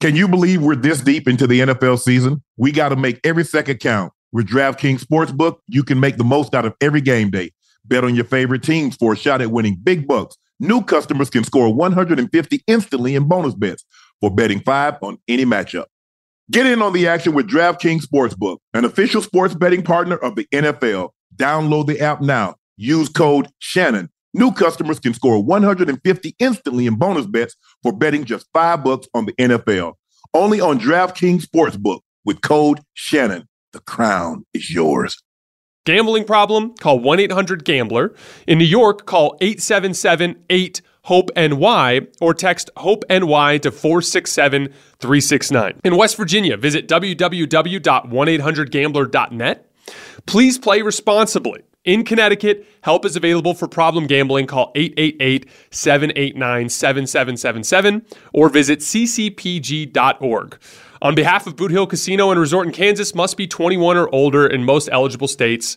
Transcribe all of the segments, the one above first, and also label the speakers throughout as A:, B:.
A: Can you believe we're this deep into the NFL season? We got to make every second count. With DraftKings Sportsbook, you can make the most out of every game day. Bet on your favorite teams for a shot at winning big bucks. New customers can score 150 instantly in bonus bets for betting five on any matchup. Get in on the action with DraftKings Sportsbook, an official sports betting partner of the NFL. Download the app now. Use code Shannon. New customers can score 150 instantly in bonus bets for betting just five bucks on the NFL. Only on DraftKings Sportsbook with code Shannon. The crown is yours.
B: Gambling problem? Call 1 800 Gambler. In New York, call 877 8 Hope NY or text Hope NY to 467 369. In West Virginia, visit www.1800gambler.net. Please play responsibly. In Connecticut, help is available for problem gambling. Call 888 789 7777 or visit ccpg.org. On behalf of Boot Hill Casino and Resort in Kansas, must be 21 or older in most eligible states,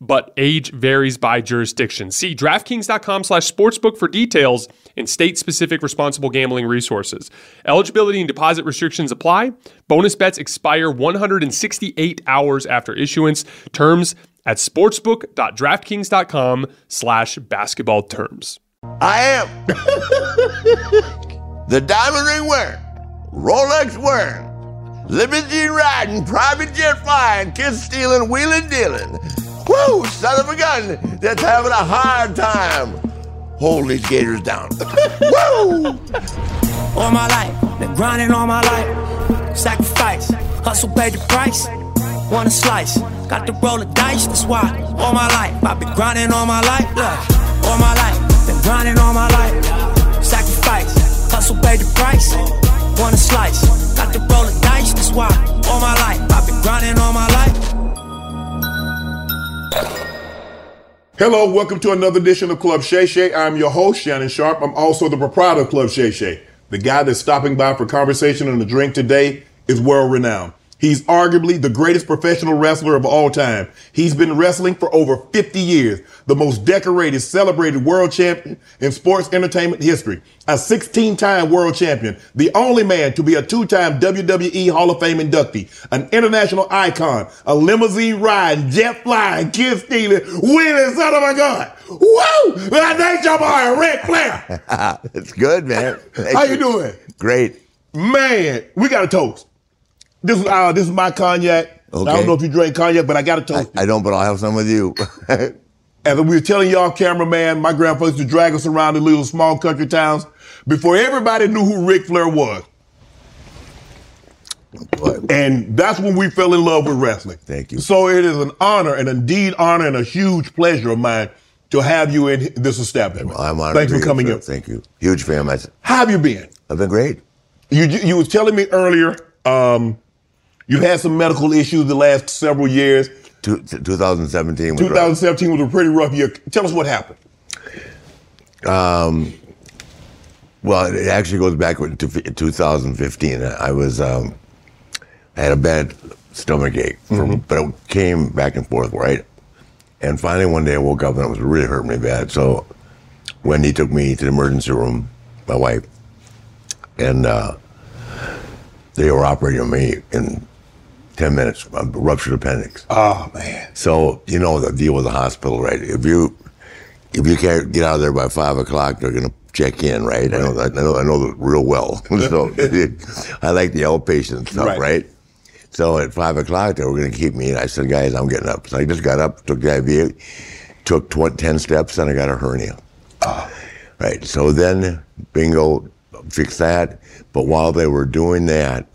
B: but age varies by jurisdiction. See DraftKings.com slash sportsbook for details and state specific responsible gambling resources. Eligibility and deposit restrictions apply. Bonus bets expire 168 hours after issuance. Terms at sportsbook.draftkings.com slash basketball terms.
C: I am the diamond ring wearing, Rolex wearing, limousine riding, private jet flying, kids stealing, wheeling dealing. Woo, son of a gun that's having a hard time. Hold these gators down. Woo!
D: All my life, been grinding all my life. Sacrifice, hustle paid the price. Wanna slice, got to roll the dice, that's why. All my life, I've been grinding all my life, look. All my life, been grinding all my life. Sacrifice, hustle paid the price. Wanna slice, got to roll the dice, that's why. All my life, I've been grinding all my life.
A: Hello, welcome to another edition of Club Shay Shay. I'm your host, Shannon Sharp. I'm also the proprietor of Club Shay Shay. The guy that's stopping by for conversation and a drink today is world renowned. He's arguably the greatest professional wrestler of all time. He's been wrestling for over 50 years, the most decorated, celebrated world champion in sports entertainment history, a 16 time world champion, the only man to be a two time WWE E Hall of Fame inductee, an international icon, a limousine riding, jet flying, kid stealing, winning son of a gun. Woo! I thank your boy, Rick Flair.
C: it's good, man.
A: How you doing?
C: Great.
A: Man, we got a toast. This is uh, this is my cognac. Okay. I don't know if you drink cognac, but I got to toast.
C: I, I, don't, but I'll have some with you.
A: As we were telling y'all, cameraman, my grandfather used to drag us around the little small country towns before everybody knew who Ric Flair was. But, and that's when we fell in love with wrestling.
C: Thank you.
A: So it is an honor, an indeed honor, and a huge pleasure of mine to have you in this establishment.
C: Well, I'm honored.
A: Thanks for coming in.
C: Thank you. Huge fan. How
A: have you been?
C: I've been great.
A: You you was telling me earlier. Um, You've had some medical issues the last several years.
C: Two, t- 2017 was rough.
E: 2017 was a pretty rough year. Tell us what happened.
C: Um, well, it actually goes back to fi- 2015. I was, um, I had a bad stomach ache, from, but it came back and forth, right? And finally, one day I woke up and it was really hurting me bad. So Wendy took me to the emergency room, my wife, and uh, they were operating on me in 10 minutes, a ruptured appendix.
E: Oh man.
C: So you know the deal with the hospital, right? If you if you can't get out of there by five o'clock, they're gonna check in, right? I know I know I know it real well. so I like the outpatient stuff,
E: Right.
C: right? So at five o'clock, they were gonna keep me, and I said, "Guys, I'm getting up." So I just got up, took the IV, took tw- ten steps, and I got a hernia. Right. So then, bingo, fix that. But while they were doing that,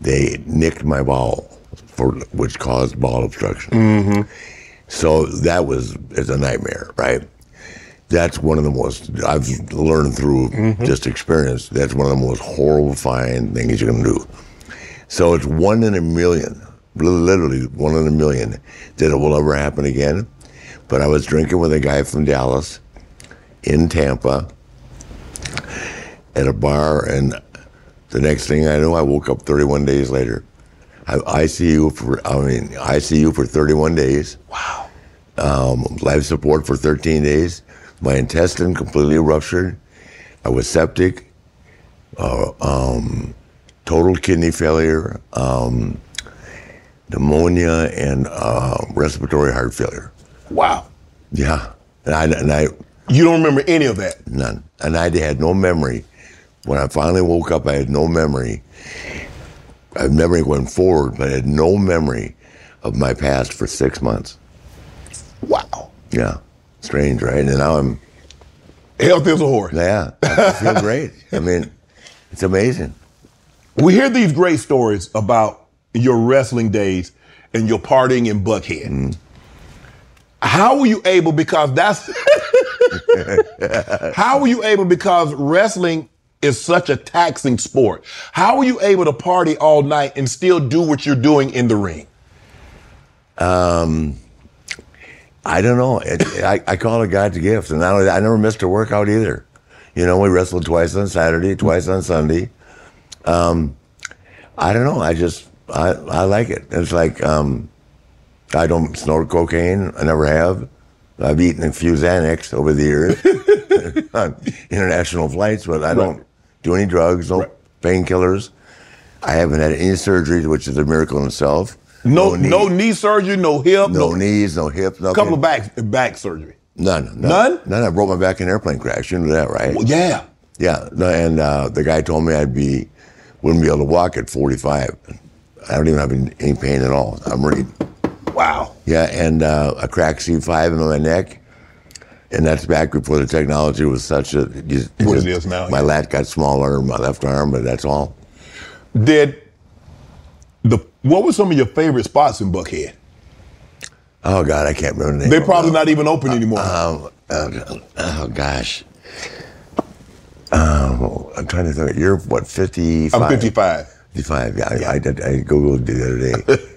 C: they nicked my ball, for which caused ball obstruction. So that was it's a nightmare, right? That's one of the most I've learned through just experience. That's one of the most horrifying things you can do. So it's one in a million, li- literally one in a million, that it will ever happen again. But I was drinking with a guy from Dallas in Tampa at a bar, and the next thing I know, I woke up 31 days later. I ICU for I mean ICU for 31 days. Wow. Um, life support for 13 days. My intestine completely ruptured. I was septic. Uh, um, total kidney failure. Um, pneumonia and uh, respiratory heart failure.
E: Wow.
C: Yeah, and I and I
E: You don't remember any of that.
C: None. And I had no memory. When I finally woke up, I had no memory. My memory went forward, but I had no memory of my past for six months.
E: Wow.
C: Yeah. Strange, right? And now I'm,
E: Health is a horse.
C: yeah, I feel great. I mean, it's amazing.
E: We hear these great stories about your wrestling days and your partying in Buckhead. How were you able? Because that's how were you able? Because wrestling is such a taxing sport. How were you able to party all night and still do what you're doing in the ring?
C: I don't know. It, I, I call it God's gift. And I, don't- I never missed a workout either. You know, we wrestled twice on Saturday, twice on Sunday. Um, I don't know. I just, I, I like it. It's like, um, I don't snort cocaine. I never have. I've eaten a few Xanax over the years on international flights, but I don't do any drugs, no painkillers. I haven't had any surgery, which is a miracle in itself.
E: No,
C: knee,
E: no knee, surgery, no hip,
C: no
E: no,
C: knees, no hips, no
E: couple of back back surgery.
C: None, none.
E: None?
C: None. I broke my back in an airplane crash. You knew that, right?
E: Well, yeah,
C: Yeah. No, and uh, the guy told me I'd be wouldn't be able to walk at 45. I don't even have any, any pain at all. I'm really
E: wow.
C: yeah, and uh, a cracked C5 in my neck. And that's back before the technology was such a. You,
E: What it is now,
C: My
E: yeah.
C: lat got smaller, my left arm, but that's all.
E: Did the what were some of your favorite spots in Buckhead?
C: Oh God, I can't remember the name.
E: They're
C: of it
E: probably
C: now.
E: not even open anymore.
C: Um, oh, oh gosh. Um, I'm trying to think. You're what? 55.
E: I'm 55.
C: 55. Yeah, I, I, did- I Googled it the other day.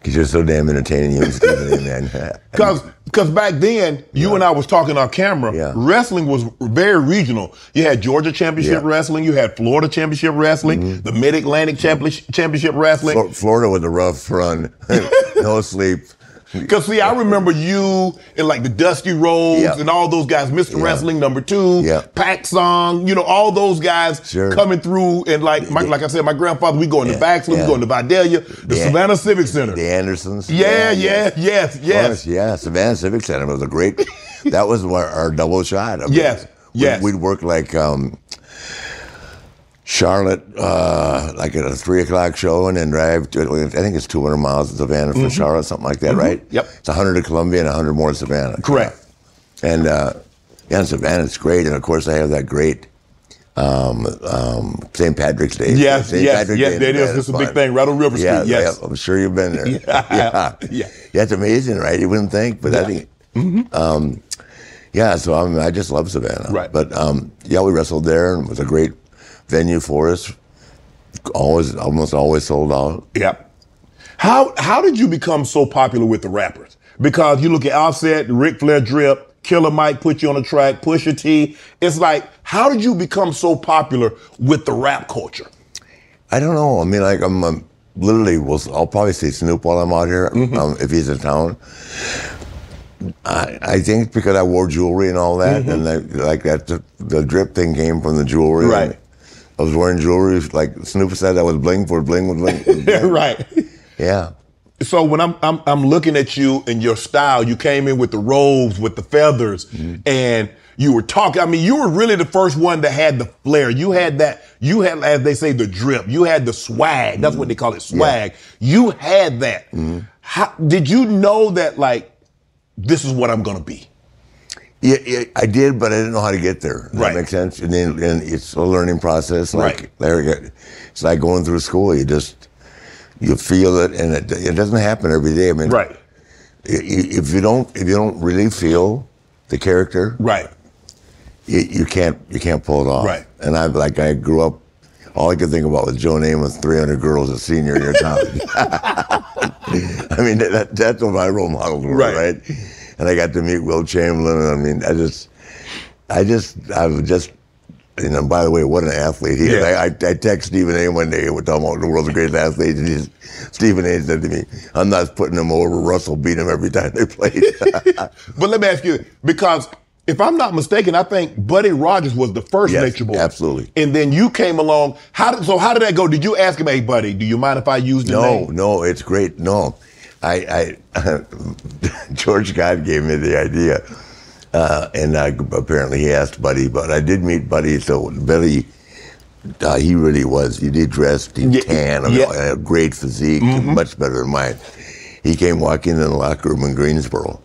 C: Because you're so damn entertaining, you and Stephen A. man.
E: Cause, cause back then, you and I was talking on camera.
C: Yeah.
E: Wrestling was very regional. You had Georgia Championship
C: Yeah. Mm-hmm.
E: Wrestling, you had Florida Championship Wrestling, the Mid Atlantic Championship Wrestling.
C: Flor- Florida was a rough run. no sleep.
E: Cause see, I remember you and like the Dusty Rhodes
C: Yeah.
E: and all those guys, Mr. Wrestling Number Two,
C: Yeah.
E: Pac Song, you know, all those guys
C: Sure.
E: coming through. And like, my, like I said, my grandfather, we go in the
C: Yeah,
E: Baxter,
C: yeah.
E: we go in the Vidalia, the
C: Yeah.
E: Savannah Civic Center.
C: The Andersons.
E: Yeah, yeah, yes,
C: Of
E: yes.
C: course, yeah. Savannah Civic Center was a great. that was our, our double shot. I mean,
E: Yes,
C: we'd,
E: yes.
C: We'd work like um, Charlotte, uh, like at a three o'clock show, and then drive. To, I think it's two hundred miles to Savannah from Charlotte, something like that, right?
E: Mm-hmm. Yep.
C: It's hundred to Columbia and hundred more to Savannah.
E: Correct.
C: And uh, yeah, and Savannah's great, and of course I have that great. Um, um, St. Patrick's Day.
E: Yes,
C: St.
E: yes,
C: Patrick's
E: yes,
C: in
E: that is.
C: Savannah's
E: It's a big
C: fun.
E: thing, right on River
C: Yeah,
E: Street, yes.
C: yeah, I'm sure you've been there.
E: Yeah, yeah.
C: That's amazing, right? You wouldn't think, but I think, um, yeah. So I'm, I just love Savannah,
E: Mm-hmm. Right.
C: But um, yeah, we wrestled there, and it was a great venue for us. Always, almost always sold out.
E: Yep. How how did you become so popular with the rappers? Because you look at Offset, Ric Flair drip, Killer Mike put you on the track, Pusha T. It's like, how did you become so popular with the rap culture?
C: I don't know. I mean, like I'm, i literally will. I'll probably see Snoop while I'm out here
E: Mm-hmm.
C: um, if he's in town. I, I think because I wore jewelry and all
E: Mm-hmm.
C: that, and like, like that, the, the drip thing came from the jewelry.
E: Right.
C: I was wearing jewelry. Like Snoop said, I was bling for bling with bling. with bling.
E: right.
C: yeah.
E: So when I'm, I'm I'm looking at you and your style, you came in with the robes, with the feathers, and you were talking. I mean, you were really the first one that had the flair. You had that. You had, as they say, the drip. You had the swag. That's what they call it, swag. You had that. How did you know that? Like, this is what I'm gonna be.
C: Yeah, yeah, I did, but I didn't know how to get there. Does
E: Right.
C: That make sense? And then and it's a learning process. Like
E: Right.
C: there, you- it's like going through school. You just you feel it, and it, it doesn't happen every day. I mean, i- i- If you don't, if you don't really feel the character,
E: Right.
C: you, you can't you can't pull it off.
E: Right.
C: And I like I grew up. All I could think about was Joe Namath, 300 girls a senior year of college. I mean, that, that's what my role models were,
E: Right.
C: right. And I got to meet Will Chamberlain. and I mean, I just, I just, I was just, you know, by the way, what an athlete he is.
E: Yeah.
C: I, I, I texted Stephen A one day, we're talking about the world's greatest athlete, and he's, Stephen A said to me, I'm not putting him over. Russell beat him every time they played.
E: But let me ask you, because if I'm not mistaken, I think Buddy Rogers was the first
C: Yes,
E: Nature Boy.
C: absolutely.
E: And then you came along. How did, so how did that go? Did you ask him, hey, Buddy, do you mind if I use the
C: No,
E: name?
C: no, it's great. No, I, I George God gave me the idea, uh, and I, apparently he asked Buddy, but I did meet Buddy. So Buddy, uh, he really was. He did dress, he
E: Yeah,
C: tan, I mean,
E: yeah. Mm-hmm.
C: had a great physique, much better than mine. He came walking in the locker room in Greensboro.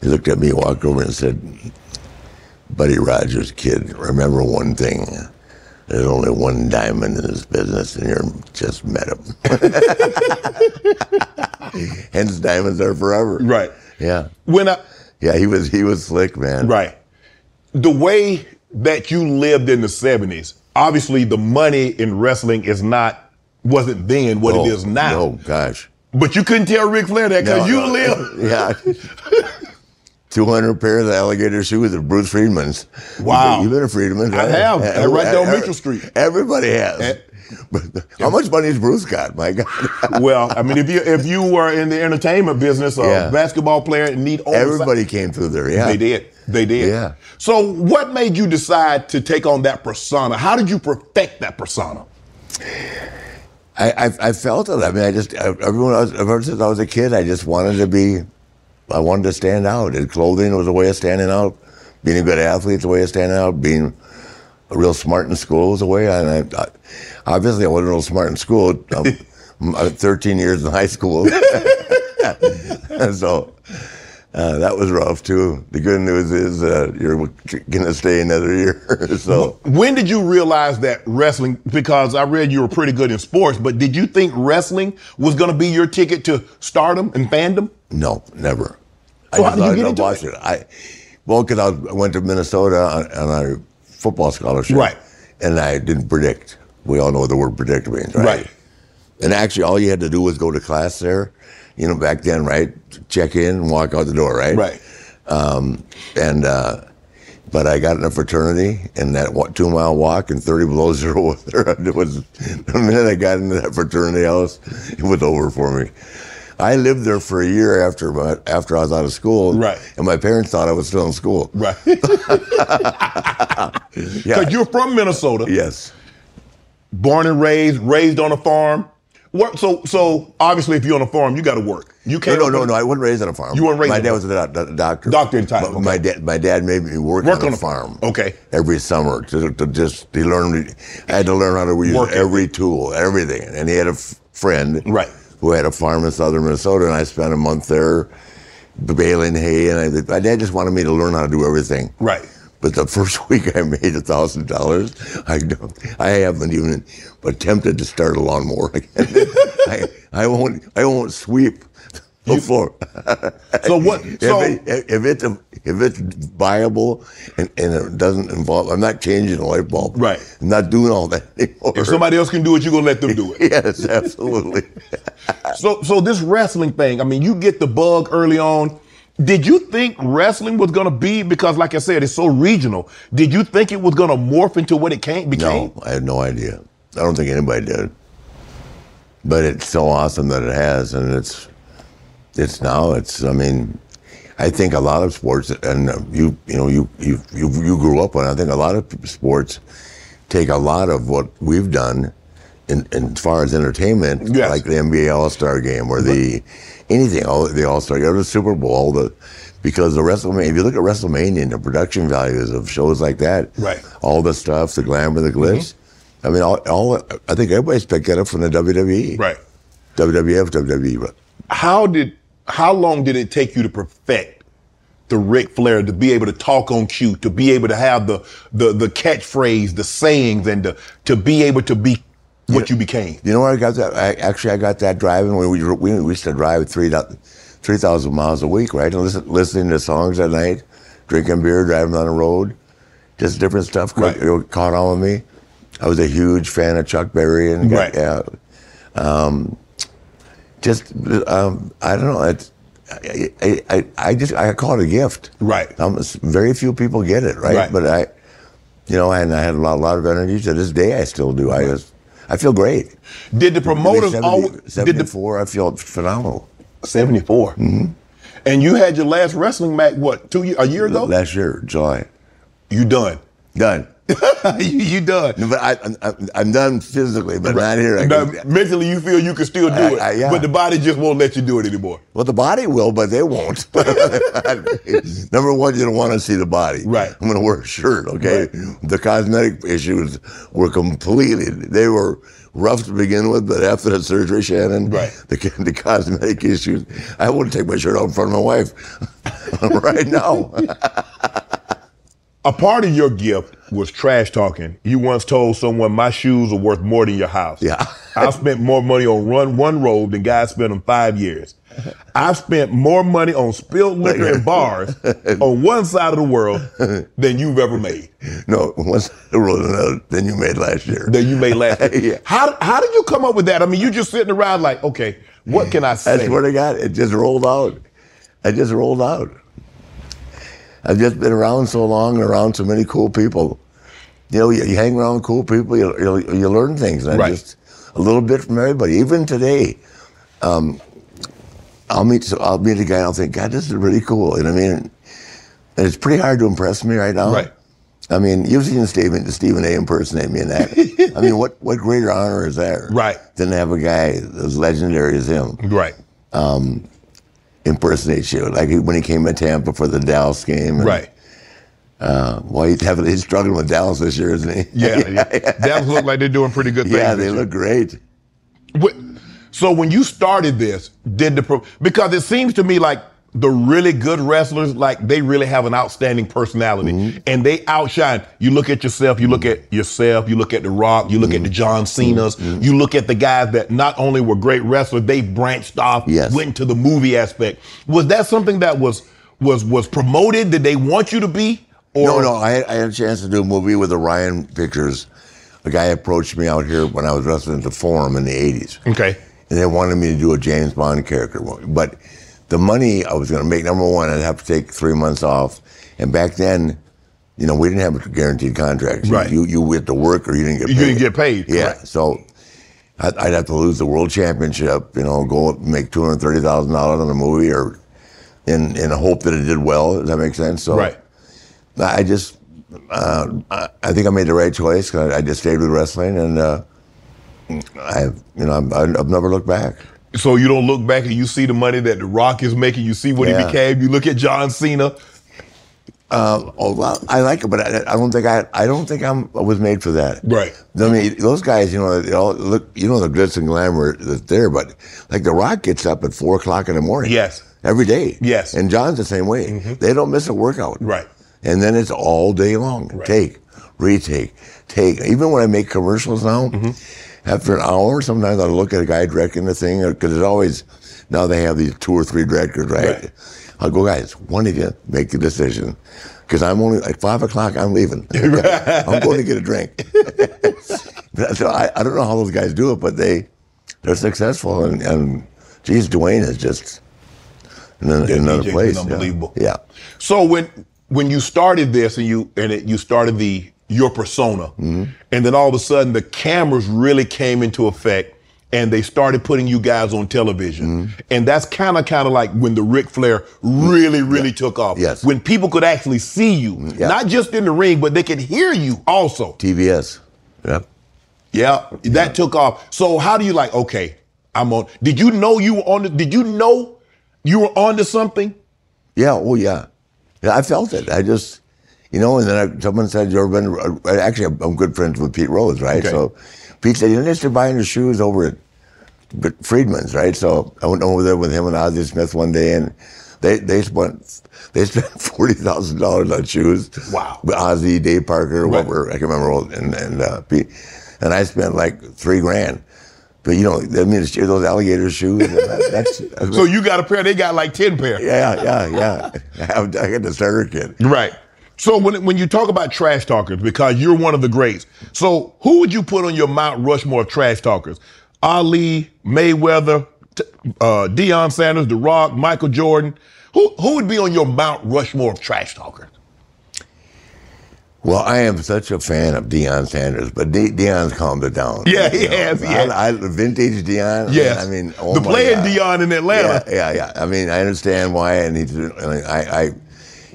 C: He looked at me, walked over, and said, "Buddy Rogers, kid, remember one thing." There's only one diamond in this business, and you're just met him. Hence, diamonds are forever.
E: Right.
C: Yeah.
E: When I,
C: Yeah. He was he was slick, man.
E: right. The way that you lived in the 70s, obviously the money in wrestling is not, wasn't then what
C: Oh,
E: it is now.
C: No, gosh.
E: But you couldn't tell Ric Flair that because
C: No,
E: you
C: no.
E: lived.
C: Yeah. Two hundred pairs of alligator shoes of Bruce Friedman's.
E: Wow.
C: You've been a Friedman's.
E: I
C: right?
E: have,
C: Eh,
E: right
C: eh,
E: down
C: eh,
E: Mitchell Street. Eh.
C: Everybody has. But how much money has Bruce got? My God.
E: well, I mean, if you if you were in the entertainment business, a
C: Yeah.
E: basketball player, and need oversight,
C: Everybody came through there. Yeah.
E: They did. They did.
C: Yeah.
E: So, what made you decide to take on that persona? How did you perfect that persona?
C: I, I, I felt it. I mean, I just I, everyone else, ever since I was a kid, I just wanted to be, I wanted to stand out. And clothing was a way of standing out. Being a good athlete is a way of standing out. Being a real smart in school is a way. And I, I obviously I wasn't real smart in school. Um, I'm, I'm 13 years in high school, so uh, that was rough too. The good news is uh, you're gonna stay another year. so
E: When did you realize that wrestling? Because I read you were pretty good in sports, but did you think wrestling was going to be your ticket to stardom and fandom?
C: No, never.
E: So how did you
C: thought
E: get
C: I'd
E: into
C: watch
E: it?
C: I well, because I, was- I went to Minnesota on, on a football scholarship,
E: Right.
C: And I didn't predict. We all know what the word predict means, right?
E: Right.
C: And actually, all you had to do was go to class there. You know, back then, right? Check in and walk out the door, right?
E: Right.
C: Um, and uh, but I got in a fraternity, and that wa- two mile walk and thirty below zero weather. It was the minute I got into that fraternity house, it was over for me. I lived there for a year after my, after I was out of school,
E: Right.
C: And my parents thought I was still in school,
E: Right. Because
C: Yeah.
E: you're from Minnesota,
C: Yes.
E: born and raised, raised on a farm. Work, so, so obviously, if you're on a farm, you got to work. You
C: No,
E: can't.
C: no, no, no. I wasn't raised on a farm.
E: You weren't raised
C: My
E: on a
C: dad
E: farm.
C: was a do- do- doctor.
E: Doctor in time,
C: But My dad, my dad made me work,
E: Work
C: on,
E: on
C: a
E: a-
C: farm.
E: okay.
C: Every summer to, to just he learned. I had to learn how to use
E: Work ethic.
C: every tool, everything. And he had a f- friend,
E: Right.
C: who had a farm in southern Minnesota, and I spent a month there baling hay. And I, my dad just wanted me to learn how to do everything.
E: Right.
C: But the first week I made a thousand dollars, I don't, I haven't even attempted to start a lawnmower again. I, I won't, I won't sweep Go for it.
E: So what-
C: If,
E: so-
C: it- if it's a, if it's viable and, and it doesn't involve, I'm not changing the light bulb.
E: Right.
C: I'm not doing all that anymore.
E: If somebody else can do it, you're gonna let them do it.
C: yes, absolutely.
E: So, so this wrestling thing. I mean, you get the bug early on. Did you think wrestling was gonna be because, like I said, it's so regional? Did you think it was gonna morph into what it came became?
C: no, I had no idea. I don't think anybody did. But it's so awesome that it has, and it's it's now it's. I mean, I think a lot of sports, and uh, you you know you you you you grew up on. I think a lot of sports take a lot of what we've done. In, in, as far as entertainment,
E: Yes.
C: like the NBA All Star Game or the anything, all, the All Star Game, the Super Bowl, the because the WrestleMania. If you look at WrestleMania and the production values of shows like that,
E: Right. Mm-hmm.
C: all the stuff, the glamour, the glitz. I mean, all, all I think everybody's picked that up from the E. WWE,
E: Right.
C: WWF, WWE. E, But
E: How did? How long did it take you to perfect the Ric Flair to be able to talk on cue, to be able to have the the the catchphrase, the sayings, and to to be able to be what you became?
C: you know where I got that? I, actually, I got that driving when we were- we, we used to drive three thou- 3,000 miles a week, right? And listen, listening to songs at night, drinking beer, driving on the road, just different stuff ca-
E: Right.
C: you know, caught on with me. I was a huge fan of Chuck Berry and
E: Right.
C: yeah, um, just um, I don't know. It's, I, I, I, I just I call it a gift.
E: Right.
C: Um, s- very few people get it, right?
E: Right.
C: But I, you know, and I had a lot, a lot of energy. To this day, I still do. I just, I feel great.
E: Did the promoters
C: I mean, 70
E: always? Did the
C: 74, I feel phenomenal.
E: 74. Mm-hmm. And you had your last wrestling match, what, two year, a year ago?
C: Last year, July,
E: you done.
C: done.
E: you, you done.
C: No, but I, I'm- I'm, I'm done physically, but not here. I
E: Now,
C: can-
E: mentally, you feel you can still do
C: I-
E: it,
C: I- yeah.
E: but the body just won't let you do it anymore.
C: Well, the body will, but they won't. Number one, you don't want to see the body.
E: Right.
C: I'm going to wear a shirt, okay? The cosmetic issues were completely, they were rough to begin with, but after the surgery, Shannon,
E: Right.
C: the, the cosmetic issues, I wouldn't take my shirt out in front of my wife right now.
E: A part of your gift was trash talking. You once told someone, "My shoes are worth more than your house."
C: Yeah.
E: I've spent more money on run one robe than guys spent on five years. I've spent more money on spilled liquor and bars on one side of the world than you've ever made.
C: no, once I rolled another than you made last year.
E: that you made last year.
C: Yeah.
E: How how did you come up with that? I mean, you just sitting around like, okay, what can I say?
C: That's what I got. It just rolled out. I just rolled out. I've just been around so long and around so many cool people. You know, you, you hang around cool people, you, you, you learn things. And
E: Right.
C: I just a little bit from everybody. Even today, um, I'll meet so I'll meet a guy. and I'll think, God, this is really cool. And I mean, and it's pretty hard to impress me right now.
E: Right.
C: I mean, you've seen Stephen, Stephen A. impersonate me in that. I mean, what, what greater honor is there?
E: Right.
C: Than to have a guy as legendary as him
E: right.
C: impersonate you. Like when he came to Tampa for the Dallas game. and,
E: Right.
C: Uh, well, he's having he's struggling with Dallas this year, isn't he?
E: Yeah. yeah. Dallas look like they're doing pretty good things.
C: yeah, they
E: this
C: look great.
E: year. What- So when you started this, did the pro- because it seems to me like the really good wrestlers, like they really have an outstanding personality
C: Mm-hmm.
E: and they outshine. You look at yourself, you look at yourself, you look at The Rock, you look at the
C: Mm-hmm.
E: John Cena's, you look at the guys that not only were great wrestlers, they branched off,
C: Yes.
E: went to the movie aspect. Was that something that was was was promoted? Did they want you to be?
C: no, no, I had, I had a chance to do a movie with Orion Pictures. A guy approached me out here when I was wrestling at the Forum in the 80s.
E: Okay.
C: and they wanted me to do a James Bond character. But the money I was going to make, number one, I'd have to take three months off. And back then, you know, we didn't have a guaranteed contract. You-
E: Right.
C: You you had to work or you didn't get
E: You
C: paid.
E: didn't get paid,
C: Yeah.
E: correct.
C: So I'd, I'd have to lose the world championship, you know, go up and make two hundred thirty thousand dollars on a movie, or in in hope that it did well. Does that make sense? So
E: Right.
C: I I just. Uh, I- I think I made the right choice 'cause I, I just stayed with wrestling, and uh, I've you know I've, I've never looked back.
E: So you don't look back and you see the money that The Rock is making. You see what he
C: Yeah.
E: became. You look at John Cena.
C: Oh well, I like it, but I, I don't think I I don't think I'm I was made for that.
E: Right.
C: I mean, those guys, you know, they all look, you know, the glitz and glamour that's there, but like The Rock gets up at four o'clock in the morning.
E: Yes.
C: Every day.
E: Yes. Mm-hmm.
C: And John's the same way. They don't miss a workout.
E: Right.
C: And then it's all day long. Take, retake, take. Even when I make
E: Mm-hmm.
C: commercials now, after an hour, sometimes I look at a guy directing the thing because uh, it's always Now they have these two or three directors, right?
E: Right.
C: I'll go, guys, one of you make the decision. Because I'm only at five o'clock, I'm leaving. I'm going to get a drink. But so I, I don't know how those guys do it, but they they're successful. And, and geez, Dwayne is just in, a- in
E: Yeah,
C: another
E: DJ
C: place.
E: is
C: yeah.
E: unbelievable.
C: Yeah.
E: So when when you started this and you and it, you started the your persona,
C: Mm-hmm.
E: and then all of a sudden the cameras really came into effect, and they started putting you guys on television,
C: Mm-hmm.
E: and that's kind of kind of like when the Ric Flair really really took off.
C: Yes.
E: when people could actually see you,
C: yeah.
E: not just in the ring, but they could hear you also.
C: TBS. Yep.
E: Yeah, that took off. So how do you like? Okay, I'm on. Did you know you were on? The, did you know you were onto something?
C: Yeah. Oh, yeah. yeah. I felt it. I just, you know, and then I, someone said, you ever been, uh, actually, I'm good friends with Pete Rose, right?
E: Okay.
C: So Pete said, you're interested in buying your shoes over at but Friedman's, right? So I went over there with him and Ozzy Smith one day, and they they spent they spent forty thousand dollars on shoes.
E: Wow.
C: With Ozzy, Dave Parker,
E: Right.
C: whatever I can remember, all- and and uh, Pete, and I spent like three grand. But you know, I mean, it's- those alligator shoes. and that- that's
E: So you got a pair. They got like ten pair.
C: yeah, yeah, yeah. I, I got the starter kit.
E: Right. So when when you talk about trash talkers, because you're one of the greats. So who would you put on your Mount Rushmore of trash talkers? Ali, Mayweather, t- uh, Deion Sanders, The Rock, Michael Jordan. Who who would be on your Mount Rushmore of trash talkers?
C: Well, I am such a fan of Deion Sanders, but De- Deion's calmed it down.
E: Yeah, he
C: You know,
E: has, he
C: I,
E: has.
C: I, vintage Deion.
E: Yes.
C: I mean, oh
E: the
C: my
E: playing
C: God.
E: Deion in Atlanta.
C: Yeah, yeah, yeah. I mean, I understand why, and he, didn't- and I, I,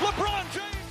F: LeBron James.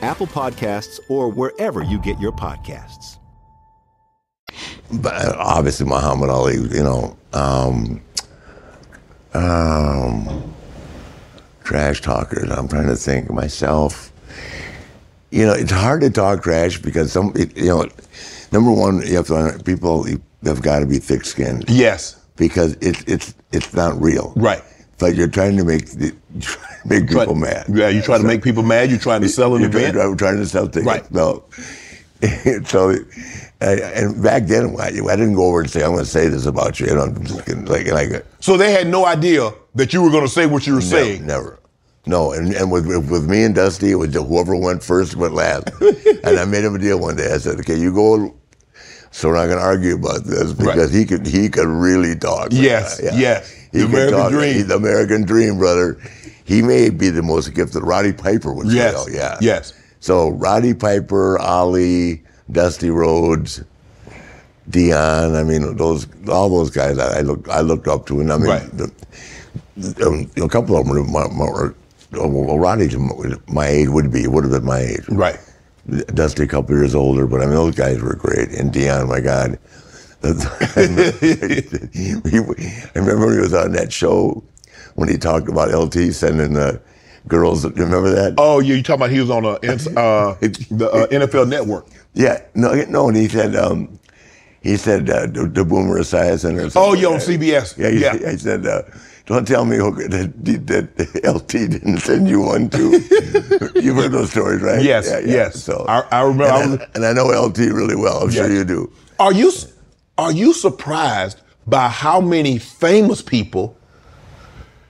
G: Apple Podcasts, or wherever you get your podcasts.
C: But uh, obviously, Muhammad Ali, you know, um, um, trash talkers. I'm trying to think myself. You know, it's hard to talk trash because some, it, you know, number one, you have to under- people have got to be thick-skinned
E: Yes.
C: because it's it's it's not real.
E: Right.
C: But you're trying to make the, you're trying to make people mad.
E: Yeah, you try to
C: So-
E: make people mad. You're trying to sell an
C: you're trying-
E: event.
C: Trying, trying to sell tickets.
E: Right.
C: No. so, I, and back then, I, I didn't go over and say, "I'm going to say this about you." And I'm just gonna, like, like, uh,
E: So they had no idea that you were going to say what you were
C: no,
E: saying.
C: never. No, and, and with with me and Dusty, it was whoever went first went last. and I made him a deal one day. I said, "Okay, you go." So we're not going to argue about this because he could he could really talk.
E: Yes, yes. The
C: He could
E: American
C: talk.
E: dream.
C: He- the American dream, brother. He may be the most gifted. Roddy Piper would
E: Yes,
C: say, "Oh yeah,
E: yes.
C: So Roddy Piper, Ali, Dusty Rhodes, Dion. I mean, those all those guys I, I looked I looked up to, and I mean, the- the- um, a couple of them were my, my, were- well, well, Roddy's my- my age would be would have been my age.
E: Right.
C: Dusty a couple years older, but I mean those guys were great. And Dion, my God. I remember when he was on that show when he talked about LT sending uh, girls. Remember that?
E: Oh, you you talking about he was on a, uh, the uh, NFL Network?
C: Yeah, no, no, and he said, um, he said uh, the, the Boomer Esiason or something.
E: Oh, you on
C: like that.
E: CBS?
C: Yeah, he,
E: Yeah.
C: he said, uh, don't tell me who- that, that, LT didn't send you one too. You've heard those stories, right?
E: Yes, yes.
C: So
E: I, I remember. I
C: and,
E: was-
C: I, and I know LT really well. I'm sure
E: Yeah.
C: you do.
E: Are you s- are you surprised by how many famous people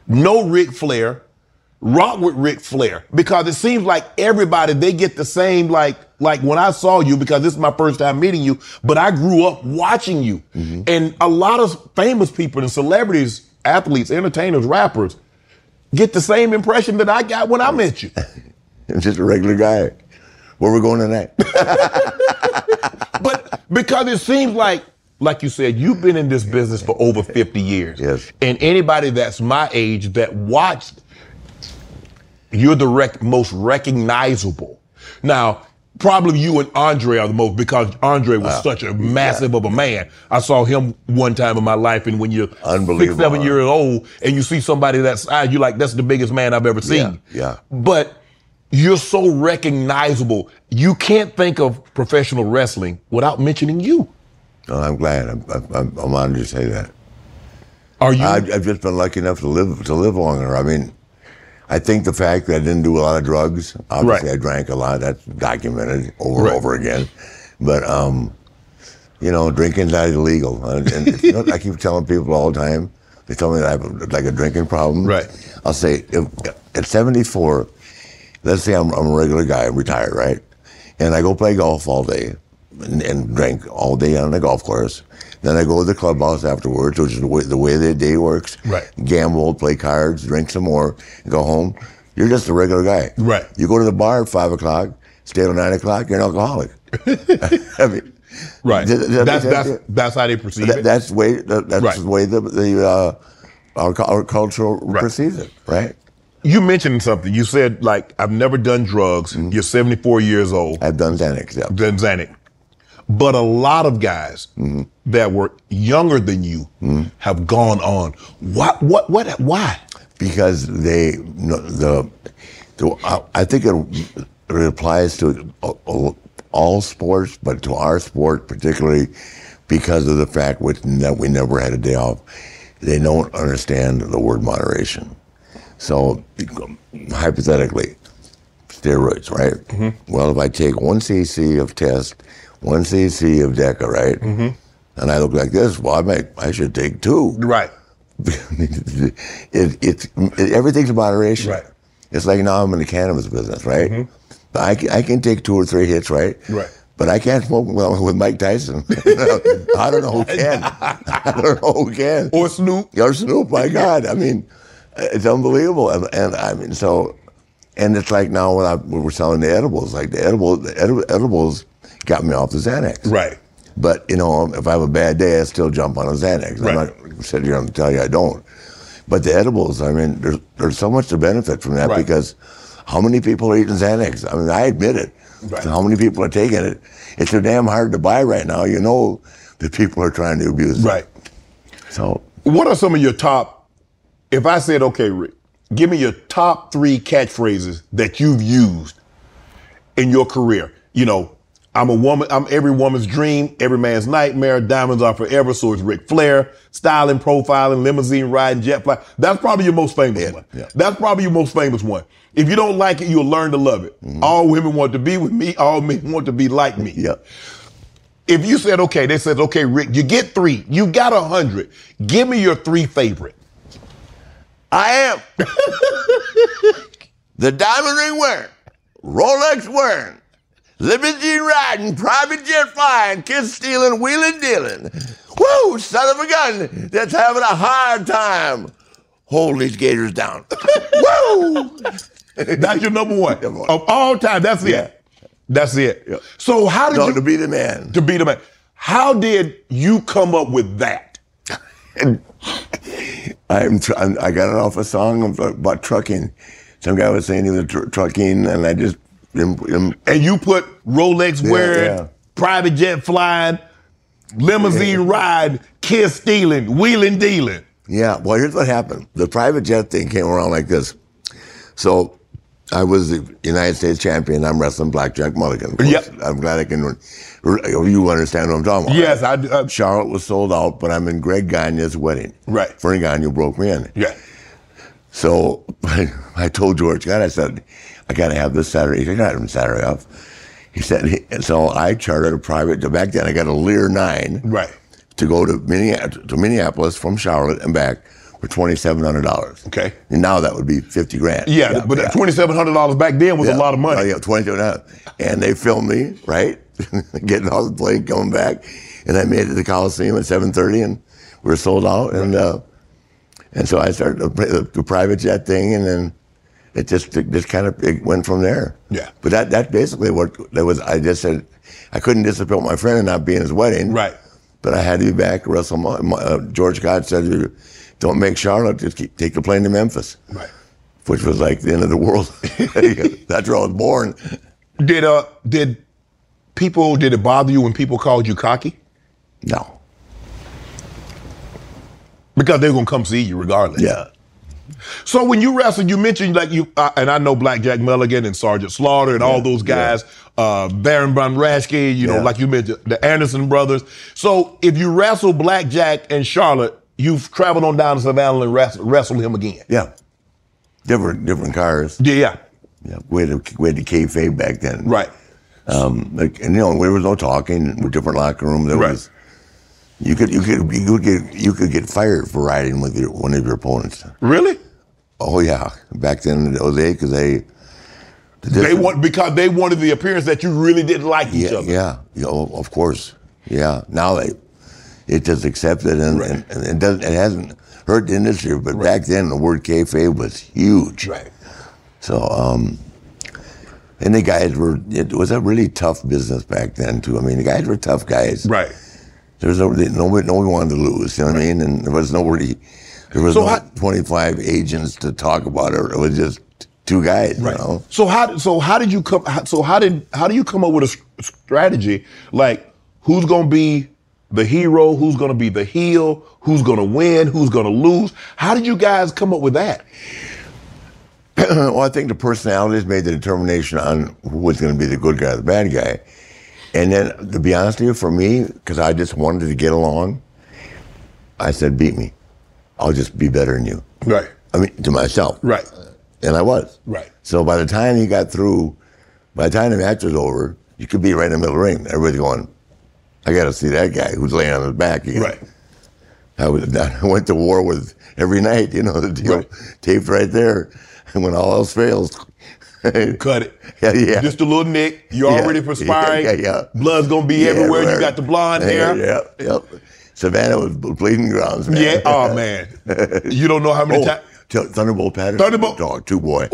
E: know Ric Flair, rock with Ric Flair? Because it seems like everybody they get the same like like when I saw you because this is my first time meeting you, but I grew up watching you, and a lot of famous people and celebrities, athletes, entertainers, rappers get the same impression that I got when I met you.
C: I'm just a regular guy. Where we going tonight?
E: Because it seems like, like you said, you've been in this business for over 50 years. Yes. And anybody that's my age that watched, you're the rec- most recognizable. Now, probably you and Andre are the most because Andre was
C: Wow.
E: such a massive of a man. I saw him one time in my life, and when you're six,
C: Unbelievable,
E: seven
C: huh?
E: years old, and you see somebody that size, you're like, that's the biggest man I've ever seen
C: yeah.
E: but you're so recognizable. You can't think of professional wrestling without mentioning you.
C: No, Oh, I'm glad. I'm, I'm, I'm honored to say that.
E: Are you?
C: I've, I've just been lucky enough to live to live longer. I mean, I think the fact that I didn't do a lot of drugs. Obviously, I drank a lot. That's documented over and over again. But um, you know, drinking's not illegal. Uh, And, and if you don't- I keep telling people all the time. They tell me that I have a- like a drinking problem. Right. I'll say if, at 74. Let's say I'm, I'm a regular guy. I'm retired, right? And I go play golf all day and, and drink all day on the golf course. Then I go to the clubhouse afterwards, which is the way, the way the day works.
E: Right.
C: Gamble, play cards, drink some more, go home. You're just a regular guy.
E: Right.
C: You go to the bar at five o'clock, stay till nine o'clock. You're an alcoholic. I mean,
E: Right.
C: Does- does that
E: that's
C: make sense?
E: that's that's how they perceive
C: that,
E: it.
C: that's way that, that's
E: Right.
C: the way the, the uh, our, cu- our cultural perceives it. Right.
E: you mentioned something. You said like I've never done drugs. You're 74 years old.
C: I've done Xanax. Yeah.
E: Done Xanax. But a lot of guys that were younger than you have gone on. What? What? What? Why?
C: because they no, the, the I, I think it, it applies to all- all sports, but to our sport particularly because of the fact with, that we never had a day off. They don't understand the word moderation. So hypothetically, steroids, right? Well, if I take one cc of test, one cc of Deca, right, and I look like this, well, I might I should take two.
E: Right.
C: it, it's it, everything's in moderation. Right. It's like now I'm in the cannabis business, right? I, can, I can take two or three hits, right?
E: Right.
C: But I can't smoke well with Mike Tyson. I don't know who can. I don't know who can.
E: Or Snoop.
C: Or Snoop. My God, I mean, it's unbelievable. And, and I mean, so, and it's like now when, I, when we're selling the edibles, like the edible, the edi- edibles got me off the Xanax.
E: Right.
C: But you know, if I have a bad day, I still jump on a Xanax. I'm not sitting here and tell you I don't. But the edibles, I mean, there's there's so much to benefit from that
E: Right.
C: because how many people are eating Xanax? I mean, I admit it.
E: Right.
C: How many people are taking it? It's so damn hard to buy right now. You know that people are trying to abuse it.
E: Right.
C: So
E: What are some of your top? If I said, okay, Rick, give me your top three catchphrases that you've used in your career. You know, I'm a woman. I'm every woman's dream, every man's nightmare. Diamonds are forever. So it's Ric Flair, styling, profiling, limousine riding, jet fly. That's probably your most famous one.
C: yeah.
E: That's probably your most famous one. If you don't like it, you'll learn to love it. All women want to be with me. All men want to be like me.
C: Mm-hmm. yeah,
E: If you said, okay, they said, okay, Rick, you get three. You got a hundred. Give me your three favorite.
C: I am. The diamond ring wearing, Rolex wearing, limousine riding, private jet flying. flying, kids stealing, wheeling, dealing. Woo, son of a gun that's having a hard time. Hold these gators down. Woo!
E: That's your number one of all time. That's it. That's it. So how did
C: No,
E: you
C: to be the man.
E: to be the man? How did you come up with that?
C: I'm, tr- I'm I got it off a song uh, about trucking. Some guy was saying he was tr- trucking, and I just im- im-
E: And you put Rolex
C: Yeah,
E: wearing,
C: yeah.
E: private jet flying, limousine ride, kiss stealing, wheeling dealing.
C: Yeah, well, here's what happened. The private jet thing came around like this. So I was the United States champion. I'm wrestling Blackjack Mulligan. of course.
E: Yep.
C: I'm glad I can. You understand what I'm talking about.
E: Yes, I, uh, I
C: Charlotte was sold out, but I'm in Greg Gagne's wedding.
E: Right.
C: Fernie Gagne broke me in.
E: yeah.
C: So I told George God, I said, I got to have this Saturday. He said, "You're not having Saturday off. He said, and so I chartered a private. Back then, I got a Lear 9
E: Right.
C: to go to, Minneapolis, to Minneapolis from Charlotte and back for $2,700.
E: Okay.
C: And now that would be 50 grand.
E: Yeah, but that twenty seven hundred dollars back then was
C: Yeah.
E: a lot of
C: Oh,
E: money.
C: yeah, 2,700. And they filmed me, right? Getting off the plane, coming back. And I made it to the Coliseum at 7.30 and we were sold out. And uh, and so I started the, pri- the, the private jet thing and then it just it just kind of it went from there.
E: Yeah.
C: But that that's basically what that was. I just said I couldn't disappoint my friend and not be in his wedding.
E: Right.
C: But I had to be back. Russell, Mo- Mo- uh, George Scott said, "Don't make Charlotte. Just keep, take the plane to Memphis,"
E: Right.
C: which was like the end of the world. that's where I was born.
E: Did uh did people did it bother you when people called you cocky?
C: No.
E: Because they're gonna come see you regardless.
C: Yeah.
E: So when you wrestled, you mentioned like you uh, and I know Blackjack Mulligan and Sergeant Slaughter and all those guys, uh, Baron Von Raschke, you know,
C: Yeah.
E: like you mentioned the Anderson brothers. So if you wrestle Blackjack and Charlotte, you've traveled on down to Savannah and wrestled, wrestled him again.
C: Yeah. Different different cars.
E: Yeah, yeah,
C: Yeah. We had a, we had the kayfabe back then.
E: right.
C: Um, like, and you know, there was no talking. With different locker room, there
E: Right.
C: was. You could you could you could get you could get fired for riding with your, one of your opponents.
E: Really?
C: Oh yeah, back then in those days, because they. the
E: They
C: different-
E: want because they wanted the appearance that you really didn't like
C: Yeah,
E: each other.
C: yeah, you know, of course. Yeah, now they, it just accepted and,
E: Right.
C: and, and it doesn't it hasn't hurt the industry, but back then the word kayfabe was huge.
E: Right.
C: So, um, and the guys were it was a really tough business back then too. I mean, the guys were tough guys.
E: Right.
C: There was no nobody, nobody wanted to lose. You know what I mean? And there was nobody. There was
E: So
C: no
E: how-
C: 25 agents to talk about it. It was just two guys. You know?
E: So how so how did you come how- so how did how do you come up with a s- strategy like who's going to be the hero, who's going to be the heel, who's going to win, who's going to lose? How did you guys come up with that?
C: well, I think the personalities made the determination on who was going to be the good guy or the bad guy. And then, to be honest with you, for me, because I just wanted to get along, I said, "Beat me. I'll just be better than you."
E: Right.
C: I mean, to myself.
E: Right.
C: And I was.
E: Right.
C: So by the time he got through, by the time the match was over, you could be right in the middle of the ring. Everybody's going, I got to see that guy who's laying on his back again.
E: Right.
C: I, was, I went to war with every night, you know, the deal
E: Right.
C: taped right there. And when all else fails,
E: Cut it.
C: Yeah, yeah.
E: Just a little nick. You're
C: Yeah.
E: already perspiring.
C: Yeah, yeah, yeah.
E: Blood's gonna be everywhere. You got the blonde hair.
C: Yeah, yeah. yeah. Savannah was bleeding grounds, man.
E: Yeah. Oh man. You don't know how many
C: Oh,
E: times.
C: Th- Thunderbolt Patterson.
E: Thunderbolt-
C: Dog, too, boy.
E: Ooh.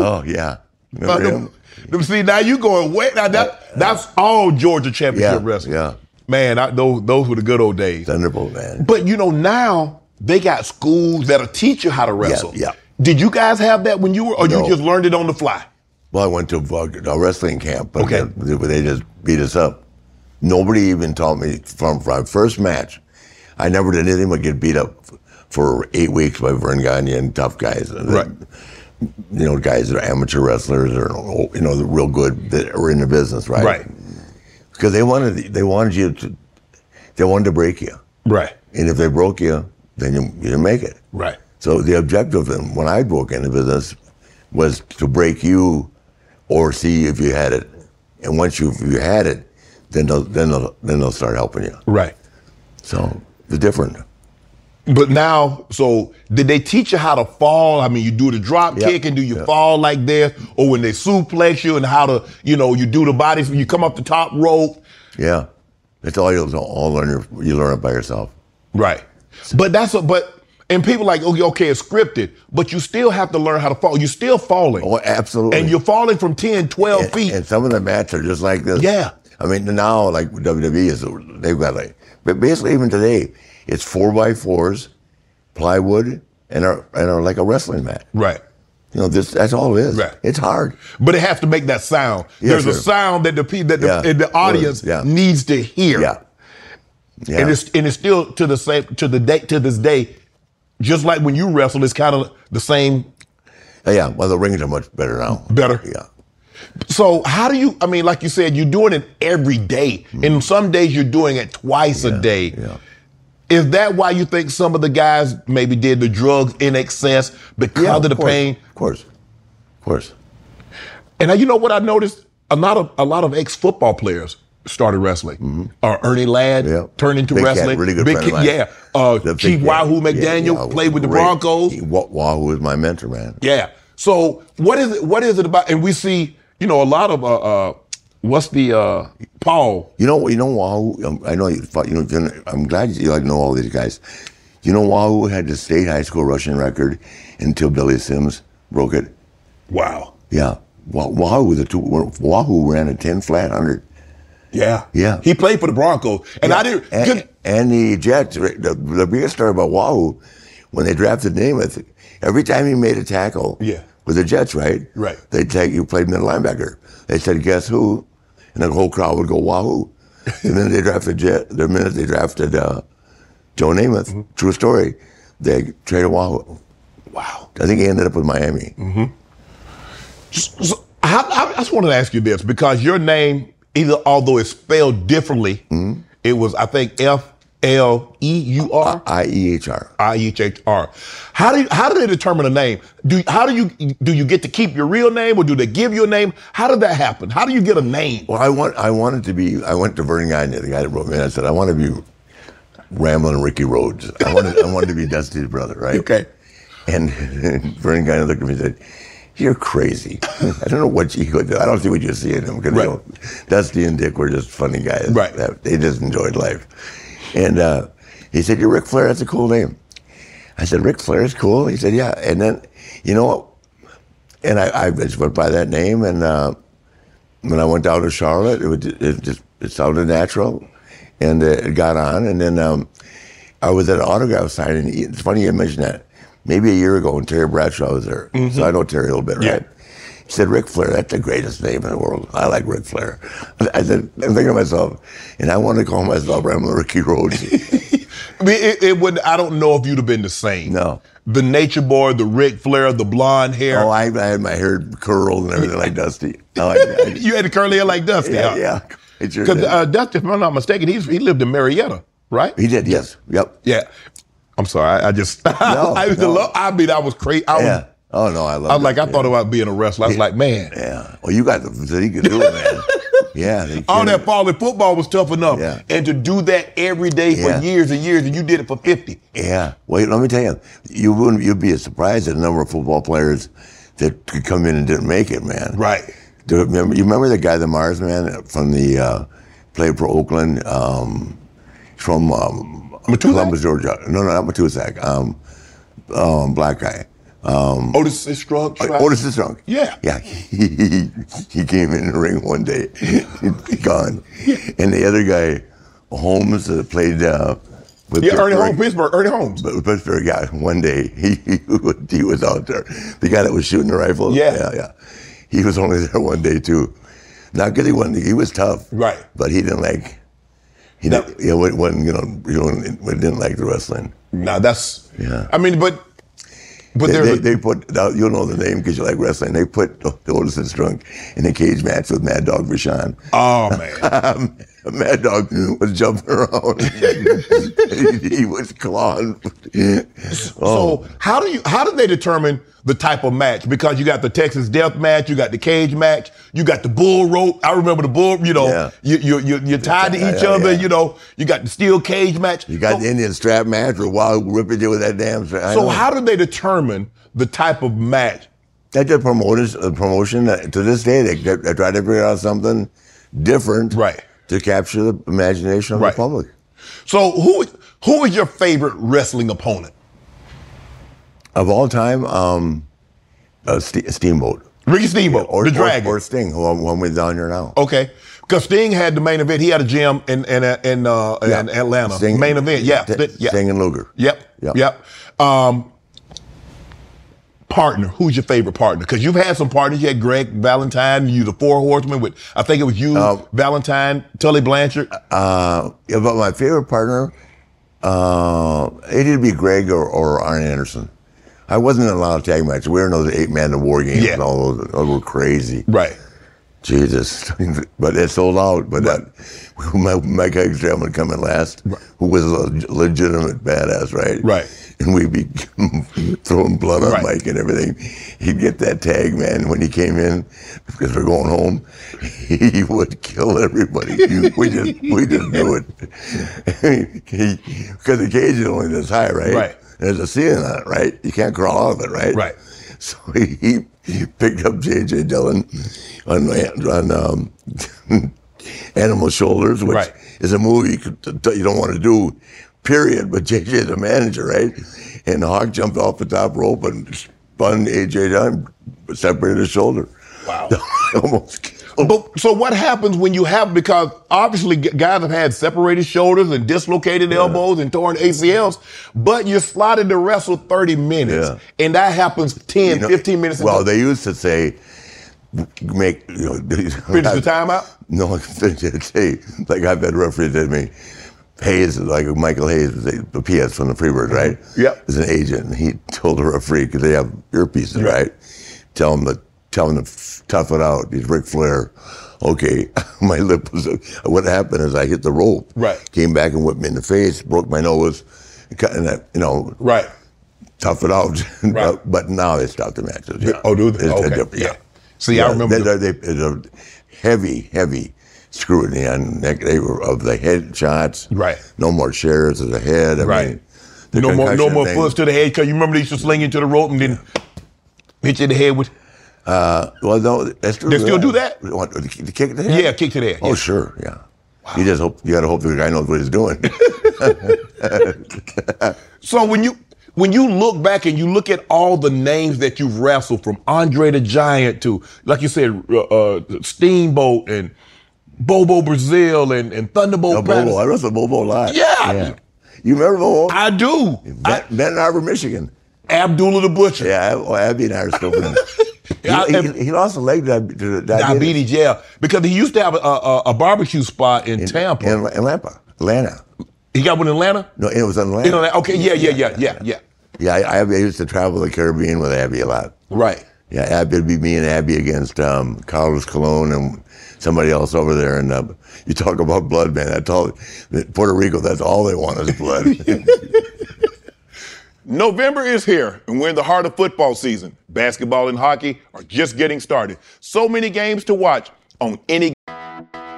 C: Oh, yeah.
E: Now,
C: Remember
E: them,
C: him?
E: them- see, now you going way. Now that that's all Georgia championship
C: Yeah,
E: wrestling.
C: yeah.
E: man, I, those those were the good old days.
C: Thunderbolt, man.
E: But you know now they got schools that'll teach you how to wrestle.
C: yeah.
E: Did you guys have that when you were, or
C: No.
E: you just learned it on the fly?
C: Well, I went to a, a wrestling camp, but
E: Okay.
C: they, they just beat us up. Nobody even taught me from from my first match. I never did anything but get beat up f- for eight weeks by Vern Gagne and tough guys.
E: Right.
C: You know, guys that are amateur wrestlers or you know, the real good that are in the business, right? Because they wanted they wanted you to they wanted to break you,
E: Right.
C: and if they broke you, then you you didn't make it.
E: Right.
C: So the objective then, when I broke into business was to break you or see if you had it. And once you if you had it, then they'll then they'll then they'll start helping you.
E: Right.
C: So the different.
E: But now, so did they teach you how to fall? I mean, you do the drop
C: Yeah.
E: kick and do you
C: Yeah.
E: fall like this, or when they suplex you and how to, you know, you do the bodies, you come up the top rope.
C: Yeah. That's all you all learn. You learn it by yourself.
E: Right. But that's what, but, and people like, okay, okay, it's scripted, but you still have to learn how to fall. You're still falling.
C: Oh, absolutely.
E: And you're falling from 10, 12
C: and,
E: feet.
C: And some of the matches are just like this.
E: Yeah.
C: I mean, now like WWE is they've got like, but basically even today, it's four by fours, plywood, and are and are like a wrestling mat.
E: Right.
C: You know, this that's all it is.
E: Right.
C: It's hard.
E: But it has to make that sound.
C: Yeah,
E: There's a
C: sure.
E: sound that the pe- that the,
C: Yeah.
E: and the audience
C: Yeah.
E: needs to hear.
C: Yeah. Yeah.
E: And it's and it's still to the same to the day to this day, just like when you wrestle, it's kind of the same
C: yeah. Well, the rings are much better now.
E: better.
C: Yeah.
E: So how do you? I mean, like you said, you're doing it every day, and some days you're doing it twice a day.
C: Hmm. Yeah.
E: Is that why you think some of the guys maybe did the drugs in excess because
C: Yeah,
E: of the
C: course,
E: pain?
C: Of course. Of course.
E: And uh, you know what I noticed? A lot of a lot of ex football players started wrestling. Or Ernie Ladd
C: Mm-hmm. Yeah.
E: turned into
C: Big Cat,
E: wrestling.
C: really good
E: Big
C: friend of
E: Cat,
C: mine.
E: yeah. Uh,
C: The
E: Chief
C: big guy.
E: Wahoo
C: Yeah,
E: McDaniel
C: yeah,
E: played with the
C: great.
E: Broncos.
C: He- Wa- Wahoo was my mentor, man.
E: Yeah. So what is it? What is it about? And we see, you know, a lot of uh, uh what's the uh Paul?
C: You know, you know, Wahoo. um, I know you. thought- You know, Jen- I'm glad you like know all these guys. You know, Wahoo had the state high school rushing record until Billy Sims broke it.
E: Wow.
C: Yeah, Wa- Wahoo was a two. Wahoo ran a ten flat hundred.
E: Yeah.
C: Yeah.
E: He played for the Broncos, and I didn't.
C: And, and the Jets. The, the biggest story about Wahoo when they drafted Namath, every time he made a tackle.
E: Yeah.
C: With the Jets, right?
E: Right.
C: They take you played middle linebacker. They said, guess who? And the whole crowd would go Wahoo. the minute they drafted Jet, the minute they drafted uh, Joe Namath,
E: Mm-hmm.
C: true story, they traded Wahoo.
E: wow. Mm-hmm.
C: I think he ended up with Miami.
E: So I, I- I just wanted to ask you this because your name, either although it's spelled differently,
C: Mm-hmm.
E: it was I think F L E U R
C: I E H R.
E: I H H R. How do you, how do they determine a name? Do how do you do you get to keep your real name or do they give you a name? How did that happen? How do you get a name?
C: Well, I want I wanted to be. I went to Vernon Gagne, the guy that wrote me, and I said I want to be Ramblin' Ricky Rhodes. I wanted I wanted to be Dusty's brother, right?
E: Okay.
C: And Vernon Gagne looked at me and said, "You're crazy. I don't know what you. I don't see what you see in him because
E: Right.
C: Dusty and Dick were just funny guys.
E: Right.
C: that- they just enjoyed life. And uh, he said, "You're Ric Flair. That's a cool name." I said, "Ric Flair is cool." He said, "Yeah." And then, you know what? And I, I just went by that name, and uh, when I went down to Charlotte, it, would, it just it sounded natural, and uh, it got on. And then um, I was at an autograph signing. It's funny you mentioned that. Maybe a year ago, when Terry Bradshaw was there, so I know Terry a little bit,
E: Mm-hmm. Yeah.
C: right? He said, "Ric Flair, that's the greatest name in the world. I like Ric Flair." I said, "I'm thinking to myself, and I want to call myself Ramon Ricky Rhodes."
E: I mean, it, it would I don't know if you'd have been the same.
C: No.
E: The nature boy, the Ric Flair, the blonde hair.
C: oh, I, I had my hair curled and everything like Dusty. No, I, I,
E: you had the curly hair like Dusty.
C: yeah,
E: huh?
C: yeah. It sure
E: Because
C: did.
E: uh, Dusty, if I'm not mistaken, he's, he lived in Marietta, right?
C: he did, yes, yep.
E: Yeah. I'm sorry. I, I just, I, was
C: no.
E: lo- I mean, I was crazy. I was,
C: Yeah. Oh no, I love.
E: I was like, I
C: yeah.
E: thought about being a wrestler. I was like, man,
C: Yeah. Well, you got the so you could do it, man. yeah. they
E: all
C: can.
E: that falling football was tough enough.
C: Yeah.
E: And to do that every day for
C: Yeah.
E: years and years, and you did it for 50.
C: Yeah. Wait, let me tell you, you wouldn't you'd be surprised at the number of football players that could come in and didn't make it, man.
E: Right.
C: Do you remember, you remember the guy, the Mars man from the uh, played for Oakland, um, from um,
E: Matusak?
C: Columbus, Georgia. No, no, not Matusak. Um, um, black guy. Um,
E: Otis is strong.
C: Otis is drunk.
E: Yeah.
C: Yeah. He, he, he came in the ring one day. He's gone. And the other guy, Holmes, uh, played uh, with
E: Yeah, Ernie
C: Pittsburgh.
E: Holmes, Pittsburgh, Ernie Holmes.
C: But Pittsburgh guy, one day, he, he, was- he was out there. The guy that was shooting the rifle.
E: Yeah.
C: Yeah, yeah. He was only there one day, too. Not because he wasn't, he was tough.
E: Right.
C: But he didn't like, he,
E: No.
C: didn't, he wasn't, you know, you know, didn't like the wrestling.
E: Now that's,
C: Yeah.
E: I mean, but, but
C: They,
E: there's
C: they,
E: a,
C: they put now you'll know the name because you like wrestling. They put the Otis and Strunk in a cage match with Mad Dog Vachon.
E: oh man.
C: Um, Mad Dog was jumping around. he, was clawing. Oh,
E: So how do you how do they determine the type of match? Because you got the Texas Death Match, you got the cage match, you got the bull rope. I remember the bull. You know,
C: Yeah.
E: you, you you you're tied to
C: Yeah,
E: each
C: yeah,
E: other.
C: yeah.
E: You know, you got the steel cage match.
C: you
E: so,
C: got the Indian strap match or Wild Whippet you with that damn strap. I
E: so
C: know.
E: how do they determine the type of match?
C: That's a promoters a promotion. Uh, to this day, they, they, they try to figure out something different.
E: Right.
C: to capture the imagination of the public.
E: So who who is your favorite wrestling opponent?
C: Of all time, um, uh, Ste- Steamboat.
E: Ricky Steamboat,
C: or,
E: the
C: or-
E: Dragon. Oh,
C: Or, Sting, who I'm, who I'm with down here now.
E: Okay. Because Sting had the main event. He had a gym in in uh, in, uh, in Atlanta.
C: Sting-
E: main event. Yeah. Sti- yeah.
C: Sting and Luger.
E: Yep. Yep. Um, partner. Who's your favorite partner? Because you've had some partners. You had Greg Valentine. You the Four Horsemen with. I think it was you, Valentine, Tully Blanchard.
C: Uh, yeah, but my favorite partner, uh, it'd either be Greg or, or Arn Anderson. I wasn't in a lot of tag matches. We were in those eight man to war games and all those. Those were crazy.
E: Right.
C: Jesus. but it sold out. But that, my, my guy Graham would come in last, who was a legitimate badass, right?
E: Right.
C: And we'd be throwing blood on
E: Right.
C: Mike and everything. He'd get that tag, man, when he came in, because we're going home. He would kill everybody. we just we just knew it. Because the cage is only this high, right?
E: Right.
C: There's a ceiling on it, right? You can't crawl out of it, right?
E: Right.
C: So he, he picked up J.J. Dillon on, on um, Animal Shoulders, which
E: Right.
C: is a movie you, could, you don't want to do, period. But J.J. is a manager, right? And Hawk jumped off the top rope and spun A.J. down, separated his shoulder. Wow. Almost
E: But so what happens when you have because obviously g- guys have had separated shoulders and dislocated elbows and torn ACLs, but you're slotted to wrestle 30 minutes, and that happens 10,
C: You know,
E: 15 minutes.
C: Well,
E: into-
C: they used to say, make you know,
E: finish the timeout.
C: No, they'd say, like I've had referees that me. Hayes, like Michael Hayes, was a- the PS from the Freebird, right?
E: Mm-hmm. Yep.
C: Is an agent. and He told the referee because they have earpieces, right? Tell him to tell him to f- tough it out. He's Ric Flair. Okay, my lip was. What happened is I hit the rope.
E: Right.
C: Came back and whipped me in the face, broke my nose, cut- and I, you know.
E: Right.
C: Tough it out. but, but now they stop the matches. Yeah.
E: Oh, do they?
C: It's-
E: Okay.
C: it's different,
E: Yeah. See, I remember
C: They, they, they- it's a heavy, heavy scrutiny on that- they were of the head shots.
E: Right.
C: No more shares of the head. I mean, the
E: no more, no
C: concussion
E: more
C: thing.
E: foots to the head because you remember they used to sling you to the rope and then hit you in the head with.
C: Uh, well, no, that's
E: They still do that?
C: What, the kick the kick to the head?
E: Yeah, kick to the head,
C: Oh,
E: yeah.
C: sure, yeah. You just hope you got to hope the guy knows what he's doing.
E: So when you when you look back and you look at all the names that you've wrestled from Andre the Giant to, like you said, uh, uh, Steamboat and Bobo Brazil and, and Thunderbolt.
C: No, Bobo.
E: Patterson.
C: I wrestled Bobo a lot.
E: Oh, Yeah.
C: You remember Bobo?
E: I do.
C: Ben, Benton Harbor, Michigan.
E: Abdullah the Butcher.
C: Yeah, Ab- oh, Abby and I are still friends. he,
E: I-
C: he- he lost a leg to di- to diabetes
E: Diabetes, yeah, because he used to have a, a, a barbecue spot in, Tampa.
C: in, in Lampa, Atlanta.
E: he got one in Atlanta.
C: No, it was in Atlanta.
E: In Atlanta. Okay, yeah, yeah, yeah, yeah, yeah.
C: Yeah, I, I used to travel the Caribbean with Abby a lot.
E: Right.
C: Yeah, Abby would be me and Abby against um, Carlos Colon and somebody else over there. And uh, you talk about blood, man. That's all. that Puerto Rico, that's all they want is blood.
E: November is here, and we're in the heart of football season. Basketball and hockey are just getting started. So many games to watch on any.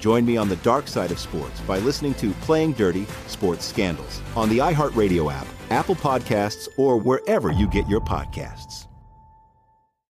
G: Join me on the dark side of sports by listening to Playing Dirty Sports Scandals on the iHeartRadio app, Apple Podcasts, or wherever you get your podcasts.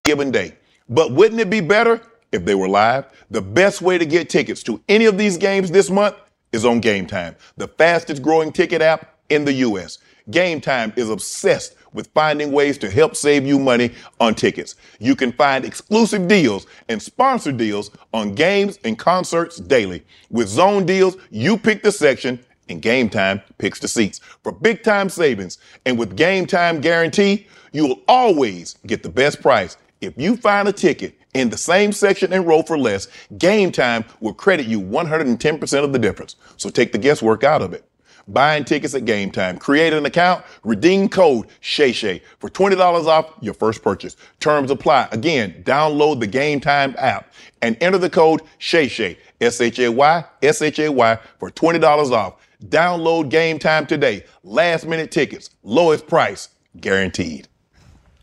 A: given day. But wouldn't it be better if they were live? The best way to get tickets to any of these games this month is on Game Time, the fastest growing ticket app in the U.S. Game Time is obsessed with finding ways to help save you money on tickets. You can find exclusive deals and sponsor deals on games and concerts daily. With zone deals, you pick the section and Game Time picks the seats for big time savings. And with Game Time Guarantee, you will always get the best price. If you find a ticket in the same section and row for less, Game Time will credit you 110% of the difference. So take the guesswork out of it. Buying tickets at Game Time, create an account, redeem code ShayShay for $20 off your first purchase. Terms apply. Again, download the Game Time app and enter the code ShayShay, S-H-A-Y, S-H-A-Y for $20 off. Download Game Time today. Last minute tickets, lowest price guaranteed.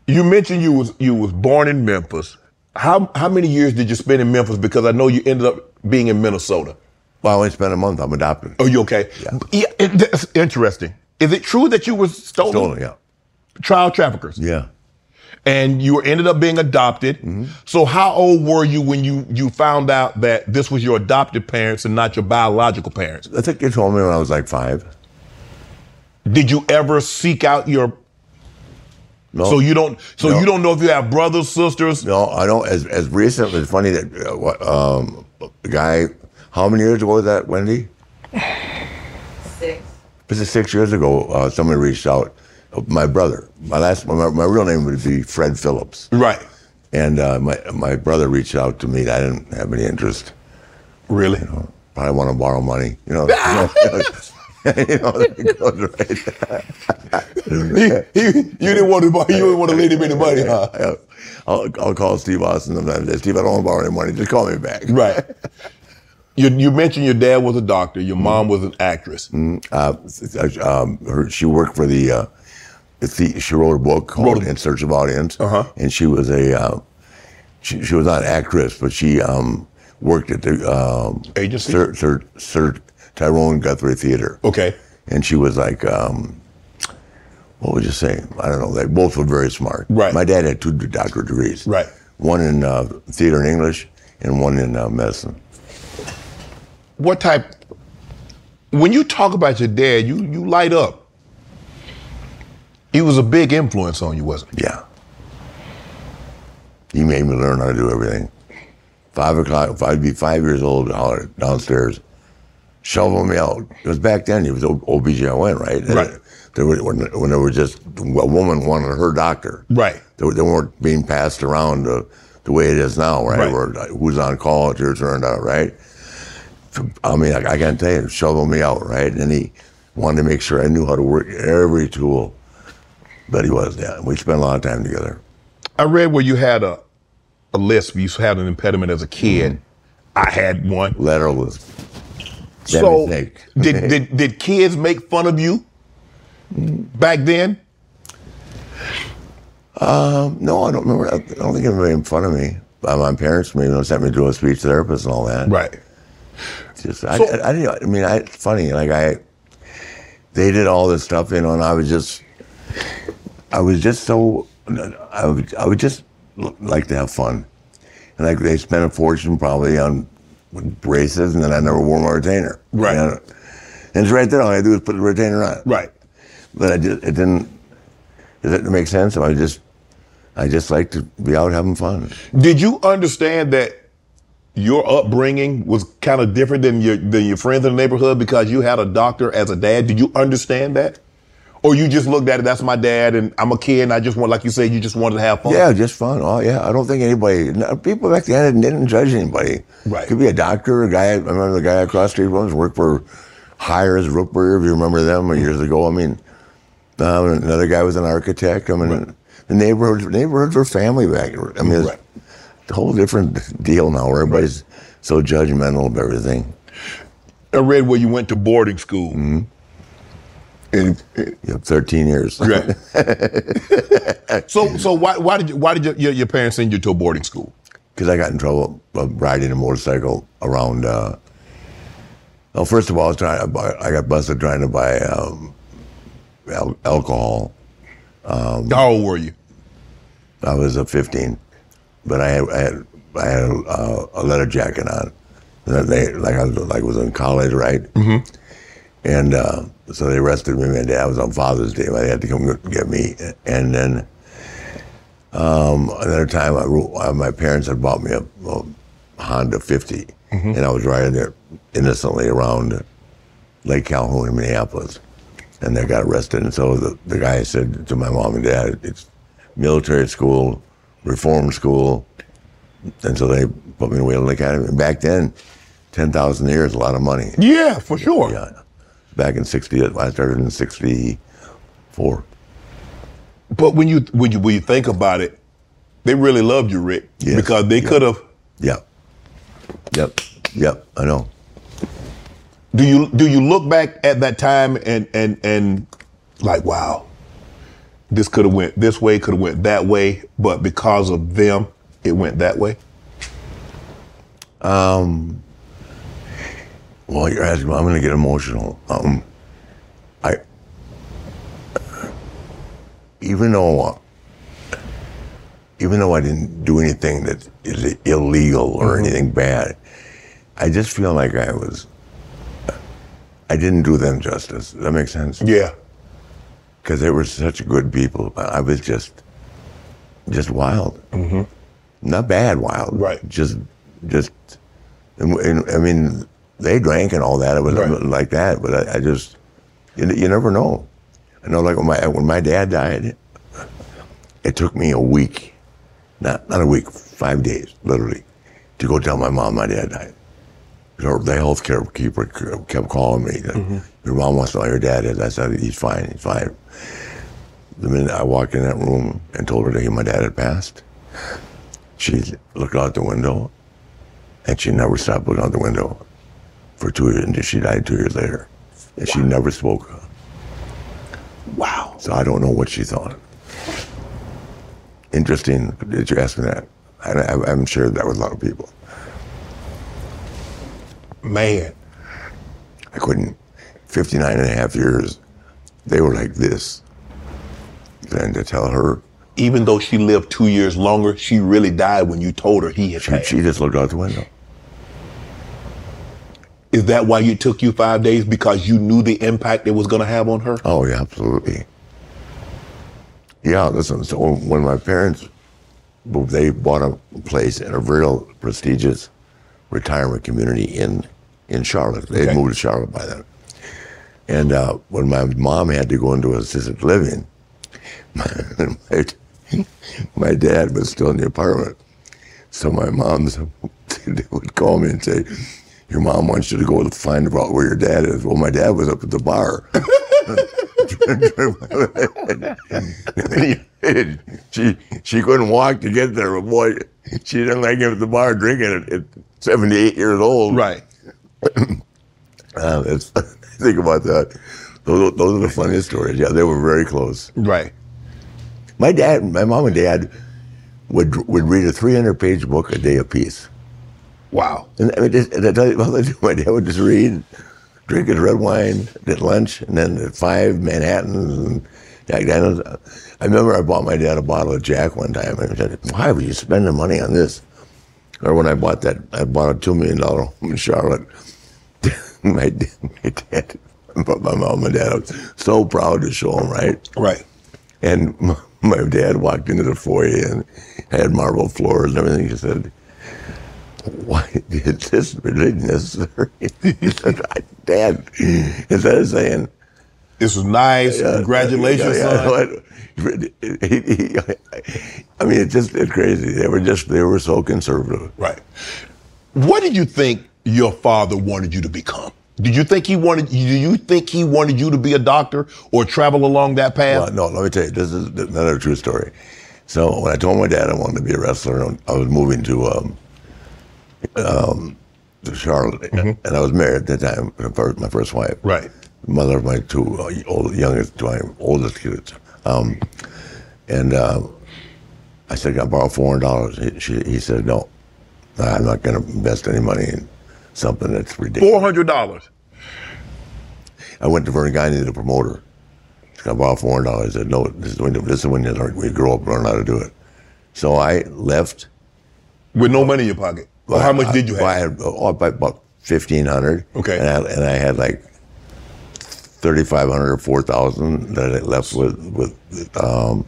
A: You mentioned you was you was born in Memphis. How how many years did you spend in Memphis? Because I know you ended up being in Minnesota.
C: Well, I only spent a month. I'm adopted.
A: Oh, you okay? Yeah. it- that's interesting. Is it true that you were stolen?
C: Stolen, yeah.
A: Child traffickers.
C: Yeah. Mm-hmm.
A: And you ended up being adopted. So how old were you when you you found out that this was your adopted parents and not your biological parents?
C: I think they told me when I was like five.
A: Did you ever seek out your
C: No.
A: So you don't. So
C: No.
A: you don't know if you have brothers, sisters.
C: No, I don't. As as recent, it's funny that uh, what, um, the guy. How many years ago was that, Wendy?
H: Six.
C: This is six years ago. Uh, somebody reached out. My brother. My last. My, my real name would be Fred Phillips.
A: Right.
C: And uh, my my brother reached out to me. I didn't have any interest.
A: Really?
C: You know, I want to borrow money. You know. you know, you know, that goes right.
A: you didn't want to buy. You didn't want to leave him any money, huh?
C: I'll, I'll call Steve Austin sometimes. Steve, I don't want to borrow any money. Just call me back.
A: Right. You, you mentioned your dad was a doctor. Your mom was an actress.
C: Mm, uh, um, her, she worked for the, uh, it's the. She wrote a Uh-huh. book called In Search of Audience, and she was a. Uh, she, she was not an actress, but she um, worked at the um,
A: agency
C: Sir, Sir, Sir Tyrone Guthrie Theater.
A: Okay.
C: And she was like, um, what would you say? I don't know. They both were very smart. Right. My dad had two doctorate degrees.
A: Right.
C: One in uh, theater and English, and one in uh, medicine.
A: What type? When you talk about your dad, you you light up. He was a big influence on you, wasn't he?
C: Yeah. He made me learn how to do everything. Five o'clock, if I'd be five years old holler downstairs, shovel me out. It was back then, it was O- OBGYN, right? Right. There were, when, when there was just a woman wanted her doctor.
A: Right.
C: They, were- they weren't being passed around the, the way it is now, right?
A: Right.
C: Where like, who's on call, it's your turn out, right? So, I mean, I, I can tell you, shovel me out, right? And he wanted to make sure I knew how to work every tool. But he was, yeah. We spent a lot of time together.
A: I read where you had a a lisp. You had an impediment as a kid. I had one.
C: Lateral lisp. That
A: So
C: mistake.
A: did, did did kids make fun of you back then?
C: Um, no, I don't remember. I don't think anybody made fun of me. Uh, my parents maybe they sent me to a speech therapist and all that.
A: Right.
C: Just, I,
A: So-
C: I, I didn't. I mean, I, it's funny. Like I, they did all this stuff, you know, and I was just, I was just so, I would, I would just l- like to have fun, and like they spent a fortune probably on braces, and then I never wore my retainer. Right. And, it's right there. All I do is put the retainer on.
A: Right.
C: But I just, it didn't. Does that make sense? I just, I just like to be out having fun.
A: Did you understand that your upbringing was kind of different than your than your friends in the neighborhood because you had a doctor as a dad? Did you understand that? Or you just looked at it, that's my dad, and I'm a kid, and I just want, like you said, you just wanted to have fun.
C: Yeah, just fun. Oh, yeah. I don't think anybody, no, people back then didn't, didn't judge anybody. Right. Could be a doctor, a guy, I remember the guy across the street once worked for Hires Rootbeer, if you remember them
A: Mm-hmm.
C: years ago. I mean, um, another guy was an architect. I mean, the neighborhoods, neighborhoods were family back. I mean, it's a whole different deal now where everybody's so judgmental of everything.
A: I read where you went to boarding school.
C: Mm-hmm. you have 13 years.
A: Right. so so why why did you, why did your, your, your parents send you to a boarding school?
C: because I got in trouble uh, riding a motorcycle around. Uh, well, first of all, I was trying. To buy, I got busted trying to buy um, al- alcohol. Um,
A: How old were you?
C: I was uh, 15, but I had I had, I had uh, a leather jacket on. And they like I was like was in college, right?
A: Mm-hmm.
C: And uh, so they arrested me. My dad was on Father's Day. but They had to come get me. And then um, another time, I, ro- uh, my parents had bought me a, a Honda 50,
A: Mhm.
C: and I was riding there innocently around Lake Calhoun in Minneapolis. And they got arrested. And so the, the guy said to my mom and dad, it's military school, reform school. And so they put me in Wheeling Academy. And back then, 10,000 a year is a lot of money.
A: Yeah, for sure.
C: Yeah. Back in 60, I started in 64.
A: But when you when you when you think about it, they really loved you, Rick, because they could have.
C: Yeah. Yep. Yep. I know.
A: Do you do you look back at that time and and and like wow, this could have went this way, could have went that way, but because of them, it went that way.
C: Um, well, you're asking, I'm going to get emotional. Um, I, even though, uh, even though I didn't do anything that is illegal or
A: Mm-hmm.
C: anything bad, I just feel like I was, I didn't do them justice. Does that make sense?
A: Yeah.
C: Because they were such good people. I I was just, just wild
A: Mm-hmm.
C: not bad wild
A: Right.
C: just just and, and, i mean they drank and all that it was
A: Right.
C: like that but i, I just you, n- you never know i know like when my when my dad died it took me a week not not a week five days literally to go tell my mom my dad died so the health care keeper c- kept calling me that your mom wants to know how your dad is i said he's fine he's fine the minute i walked in that room and told her that my dad had passed she looked out the window, and she never stopped looking out the window for two years. And she died two years later, and she never spoke. Wow. So I don't know what she thought. Interesting that you asked me that. I, I, I'm sure that with a lot of people.
A: Man,
C: I couldn't. 59 and a half years, they were like this. Then to tell her,
A: even though she lived two years longer, she really died when you told her he had
C: she,
A: passed.
C: she just looked out the window.
A: Is that why you took you five days? Because you knew the impact it was going to have on her?
C: Oh yeah, absolutely. Yeah, listen. So when my parents, they bought a place in a real prestigious retirement community in in Charlotte. They
A: Okay.
C: moved to Charlotte by then. And uh, when my mom had to go into assisted living, my, my, my dad was still in the apartment. So my mom's they would call me and say, "Your mom wants you to go find out where your dad is." Well, my dad was up at the bar. she she couldn't walk to get there, but boy, she didn't like him at the bar drinking at, at 78 years old.
A: Right.
C: Uh, that's, think about that. Those, those are the funniest stories. Yeah, they were very close.
A: Right.
C: My dad, my mom and dad would would read a 300 page book a day apiece.
A: Wow.
C: And I mean, just, and I tell you, all they do, my dad would just read, drink his red wine at lunch, and then at five Manhattans and Jack Daniels. I remember I bought my dad a bottle of Jack one time, and I said, "Why would you spend the money on this?" Or when I bought that, I bought a two million dollar home in Charlotte. my, dad, my dad But my mom and dad, I was so proud to show them, right?
A: Right.
C: And m- my dad walked into the foyer and had marble floors and everything. He said, why is this religion necessary? He said, "I- Dad, instead of saying,
A: this is nice, congratulations, son."
C: I mean, it's just it's crazy. They were just, they were so conservative.
A: Right. What did you think your father wanted you to become? Did you think he wanted? Do you think he wanted you to be a doctor or travel along that path?
C: Well, no, let me tell you, this is another true story. So when I told my dad I wanted to be a wrestler, I was moving to um, um, to Charlotte, and I was married at that time, my first, my first wife,
A: Mm-hmm. right,
C: mother of my two uh, old, youngest, my oldest kids, um, and um, I said, "Can I borrow four hundred dollars?" He, she- he said, "No, I'm not going to invest any money in something that's ridiculous."
A: Four hundred dollars.
C: I went to Vernon Gagne, the promoter. I bought four hundred dollars. I said, "No, this is when this is when you learn, we grow up and learn how to do it." So I left
A: with no money in your pocket. Well, how much did you have?
C: I had oh, about, about fifteen hundred. Okay, and I, and I had like thirty five hundred or four thousand that I left with with um,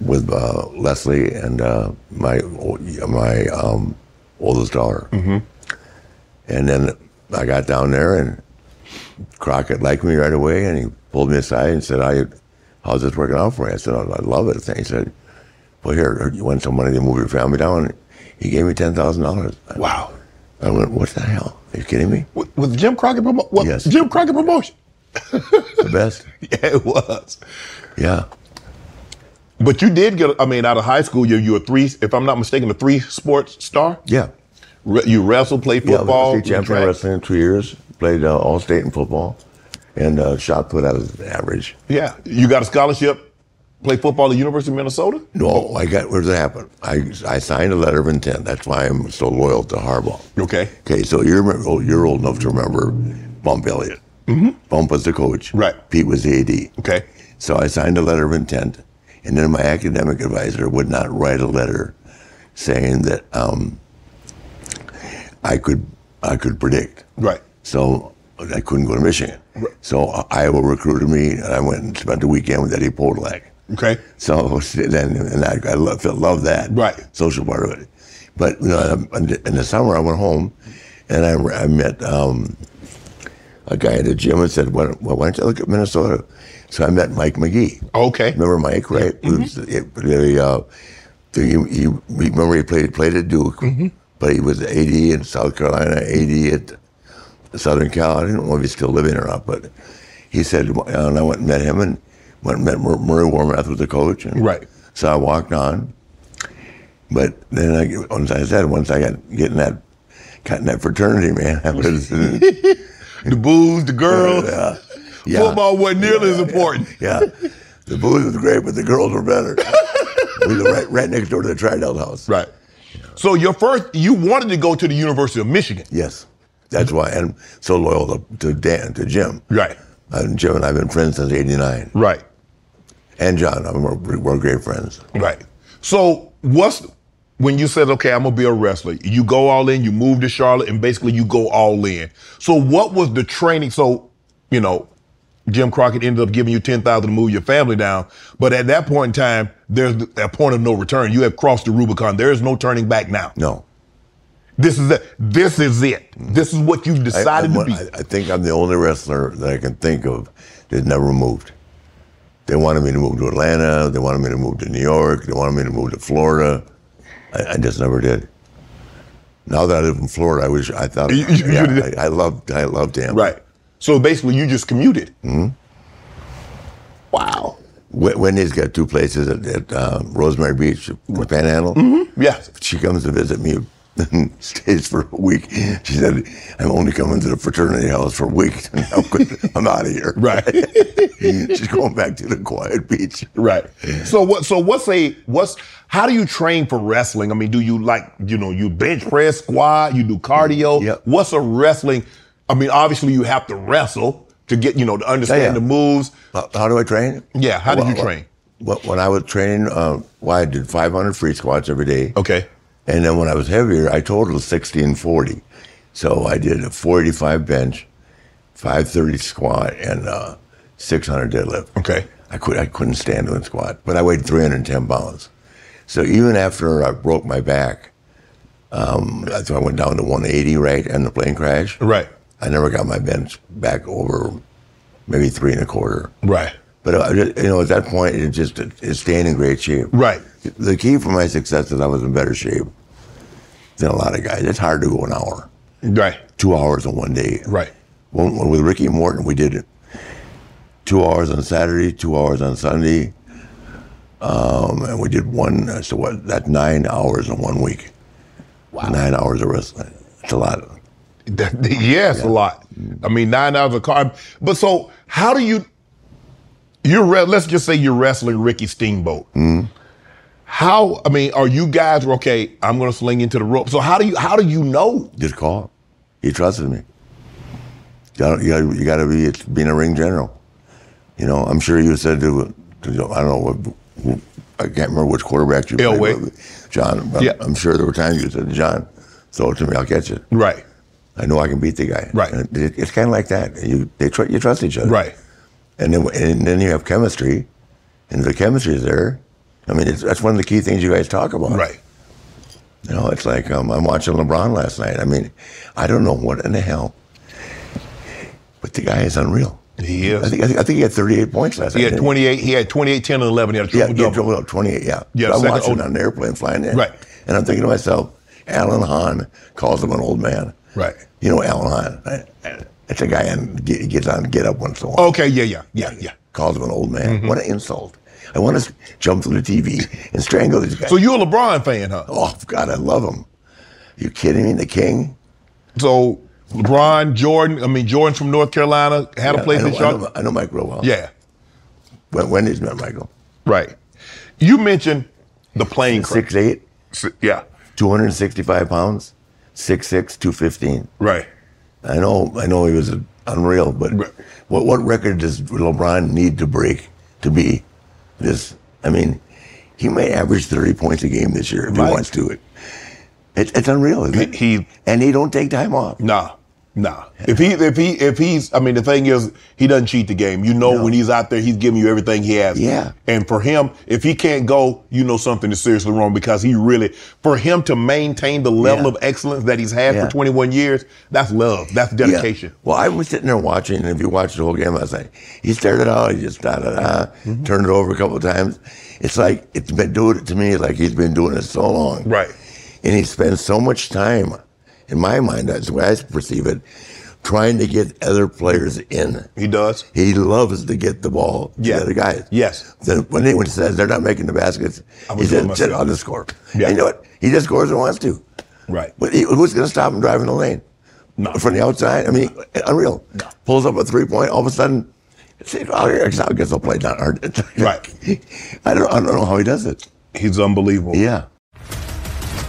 C: with uh, Leslie and uh, my old- my um, oldest daughter.
A: Mhm.
C: And then I got down there, and Crockett liked me right away, and he pulled me aside and said, "I, how's this working out for you?" I said, "I I love it." And he said, "Well, here, you want some money to move your family down?" He gave me ten thousand dollars.
A: Wow.
C: I went, "What the hell? Are you kidding me?"
A: With, with Jim Crockett promo- well,
C: Yes.
A: Jim Crockett promotion.
C: The best.
A: yeah, it was.
C: Yeah.
A: But you did get. I mean, out of high school, you you were three. If I'm not mistaken, a three sports star.
C: Yeah.
A: Re- you wrestled, played
C: Yeah, I was
A: football.
C: state champion
A: track.
C: wrestling in two years. Played uh, all state in football, and uh, shot put out as average.
A: Yeah, you got a scholarship. Play football at the University of Minnesota.
C: No, I got. Where does that happen? I I signed a letter of intent. That's why I'm so loyal to Harbaugh.
A: Okay.
C: Okay. So you're remember- oh, you're old enough to remember Bump Elliott.
A: Mhm.
C: Bump was the coach.
A: Right.
C: Pete was the AD.
A: Okay.
C: So I signed a letter of intent, and then my academic advisor would not write a letter saying that um, I could I could predict.
A: Right.
C: So I couldn't go to Michigan. So uh, Iowa recruited me, and I went and spent the weekend with Eddie Podolak.
A: Okay.
C: So then, and I, I love, love that. Right. Social part of it. But you know, in the- in the summer, I went home, and I, I met um, a guy at the gym and said, why, don't- well, "Why don't you look at Minnesota?" So I met Mike McGee.
A: Okay.
C: Remember Mike, right? Who was the- the, uh, the- he- he- remember he played played at Duke, but he was AD in South Carolina, AD at Southern Cal. I didn't know if he's still living or not, but he said, and I went and met him and went and met Mur- Murray Warmath was the coach. And
A: Right.
C: So I walked on, but then I, once I said, once I got getting that, got in that fraternity, man, I was the
A: booze, the girls.
C: yeah, yeah,
A: Football wasn't nearly as important.
C: yeah. The booze was great, but the girls were better. we were right, right next door to the Tridel house.
A: Right. So your first, you wanted to go to the University of Michigan.
C: Yes, that's why I'm so loyal to, to Dan, to Jim.
A: Right.
C: And Jim and I've been friends since '89.
A: Right.
C: And John, I'm, we're, we're great friends.
A: Right. So what's when you said, okay, I'm gonna be a wrestler, you go all in, you move to Charlotte, and basically you go all in. So what was the training? So, you know, Jim Crockett ended up giving you ten thousand to move your family down. But at that point in time, there's a point of no return. You have crossed the Rubicon. There is no turning back now.
C: No.
A: This is it. This is it. This is what you've decided
C: Mm-hmm. I,
A: to be.
C: I, I think I'm the only wrestler that I can think of that never moved. They wanted me to move to Atlanta. They wanted me to move to New York. They wanted me to move to Florida. I, I just never did. Now that I live in Florida, I wish I thought.
A: You- you-
C: yeah,
A: you-
C: I, I loved. I loved him.
A: Right. So basically, you just commuted.
C: hmm
A: Wow.
C: Wh- Wendy's got two places at, at um, Rosemary Beach, the Panhandle.
A: Yeah.
C: She comes to visit me, and stays for a week. She said, "I'm only coming to the fraternity house for a week. I'm, good. I'm out of here." Right. She's going back to the quiet beach.
A: Right. So what? So what's a what's? How do you train for wrestling? I mean, do you like you know you bench press, squat, you do
C: Mm-hmm.
A: cardio? What's a wrestling? I mean, obviously you have to wrestle to get you know to understand
C: yeah.
A: the moves.
C: How, how do I train?
A: Yeah. How did
C: Well,
A: you train?
C: Well, when I was training, uh, well, I did 500 free squats every day.
A: Okay.
C: And then when I was heavier, I totaled 1640. So I did a 485 bench, 530 squat and uh, 600 deadlift.
A: Okay.
C: I, could, I couldn't stand doing squat, but I weighed 310 pounds. So even after I broke my back, um, I think I went down to 180, right, and the plane crash.
A: Right.
C: I never got my bench back over maybe three and a quarter.
A: Right.
C: But I just, you know, at that point, it just it's staying in great shape.
A: Right.
C: The key for my success is I was in better shape than a lot of guys. It's hard to go an hour,
A: right?
C: Two hours in one day,
A: right?
C: One, one- with Ricky Morton, we did it two hours on Saturday, two hours on Sunday, um, and we did one. So what? That's nine hours in one week. Wow. Nine hours of wrestling. It's a lot.
A: yes, a lot. I mean, nine hours of car. But so, how do you? You're re- let's just say you're wrestling Ricky Steamboat.
C: Mm-hmm.
A: How? I mean, are you guys okay? I'm going to sling into the rope. So how do you? How do you know?
C: Just call. He trusted me. You gotta, you gotta, you gotta be it's being a ring general. You know, I'm sure you said to, to I don't know what. who- I can't remember which quarterback you played
A: Elway.
C: with, John. But
A: Yeah.
C: I'm sure there were times you said, to "John, throw it to me, I'll catch it."
A: Right.
C: I know I can beat the guy. Right. it, it's kind of like that. You they tr- you trust each other.
A: Right.
C: And then and then you have chemistry, and if the chemistry is there. I mean, it's, that's one of the key things you guys talk about.
A: Right.
C: You know, it's like um, I'm watching LeBron last night. I mean, I don't know what in the hell, but the guy is unreal.
A: He is.
C: I think I think, I think he had 38 points last
A: He
C: night.
A: had 28. He had 28, 10, and 11. He had a
C: Yeah,
A: triple
C: yeah,
A: double.
C: double up, 28. Yeah.
A: Yeah,
C: So I'm
A: second
C: watching
A: old-
C: on an airplane flying in.
A: Right.
C: And I'm thinking to myself, Alan Hahn calls him an old man.
A: Right.
C: You know, Alan Hahn. I- I- It's a guy and he gets on Get Up once in a while.
A: Okay. Yeah. Yeah. Yeah. Yeah.
C: Calls him an old man.
A: Mm-hmm.
C: What an insult. I want to jump through the TV and strangle this guy.
A: So you're a LeBron fan, huh?
C: Oh God, I love him. You kidding me? The king.
A: So LeBron, Jordan. I mean, Jordan's from North Carolina. Had
C: Yeah,
A: a place
C: I know,
A: in
C: I know-
A: Charlotte.
C: I know Mike real well.
A: Yeah.
C: When, when is met Michael?
A: Right. You mentioned the plane crash.
C: Six eight.
A: yeah.
C: 265 pounds, 6'6", 215.
A: Right.
C: I know, I know he was unreal, but what what record does LeBron need to break to be this? I mean, he may average 30 points a game this year if he wants to. It, it it's unreal, isn't it?
A: He
C: and he don't take time off.
A: Nah, nah. If he, if he, if he's, I mean, the thing is, he doesn't cheat the game. You know, when he's out there, he's giving you everything he has.
C: Yeah.
A: And for him, if he can't go, you know something is seriously wrong because he really, for him to maintain the level of excellence that he's had
C: Yeah.
A: for 21 years, that's love, that's
C: Yeah.
A: dedication.
C: Well, I was sitting there watching, and if you watch the whole game last night, he started out, he just da da da,
A: Mm-hmm.
C: turned it over a couple of times. It's like it's been doing it to me like he's been doing it so long.
A: Right.
C: And he spends so much time, in my mind, that's the way I perceive it, trying to get other players in.
A: He does.
C: He loves to get the ball to
A: Yeah.
C: the other guys.
A: Yes.
C: Then when anyone says they're not making the baskets,
A: I
C: he
A: was doing
C: says,
A: my
C: "Shit,
A: thing."
C: I'll just score.
A: Yeah.
C: And you know what? He just scores and wants to.
A: Right.
C: But he, who's going to stop him driving the lane? From the outside? I mean, unreal. Pulls up a three point, all of a sudden, see, oh, I guess I guess I'll play down hard. right. I don't, I don't know how he does it.
A: He's unbelievable.
C: Yeah.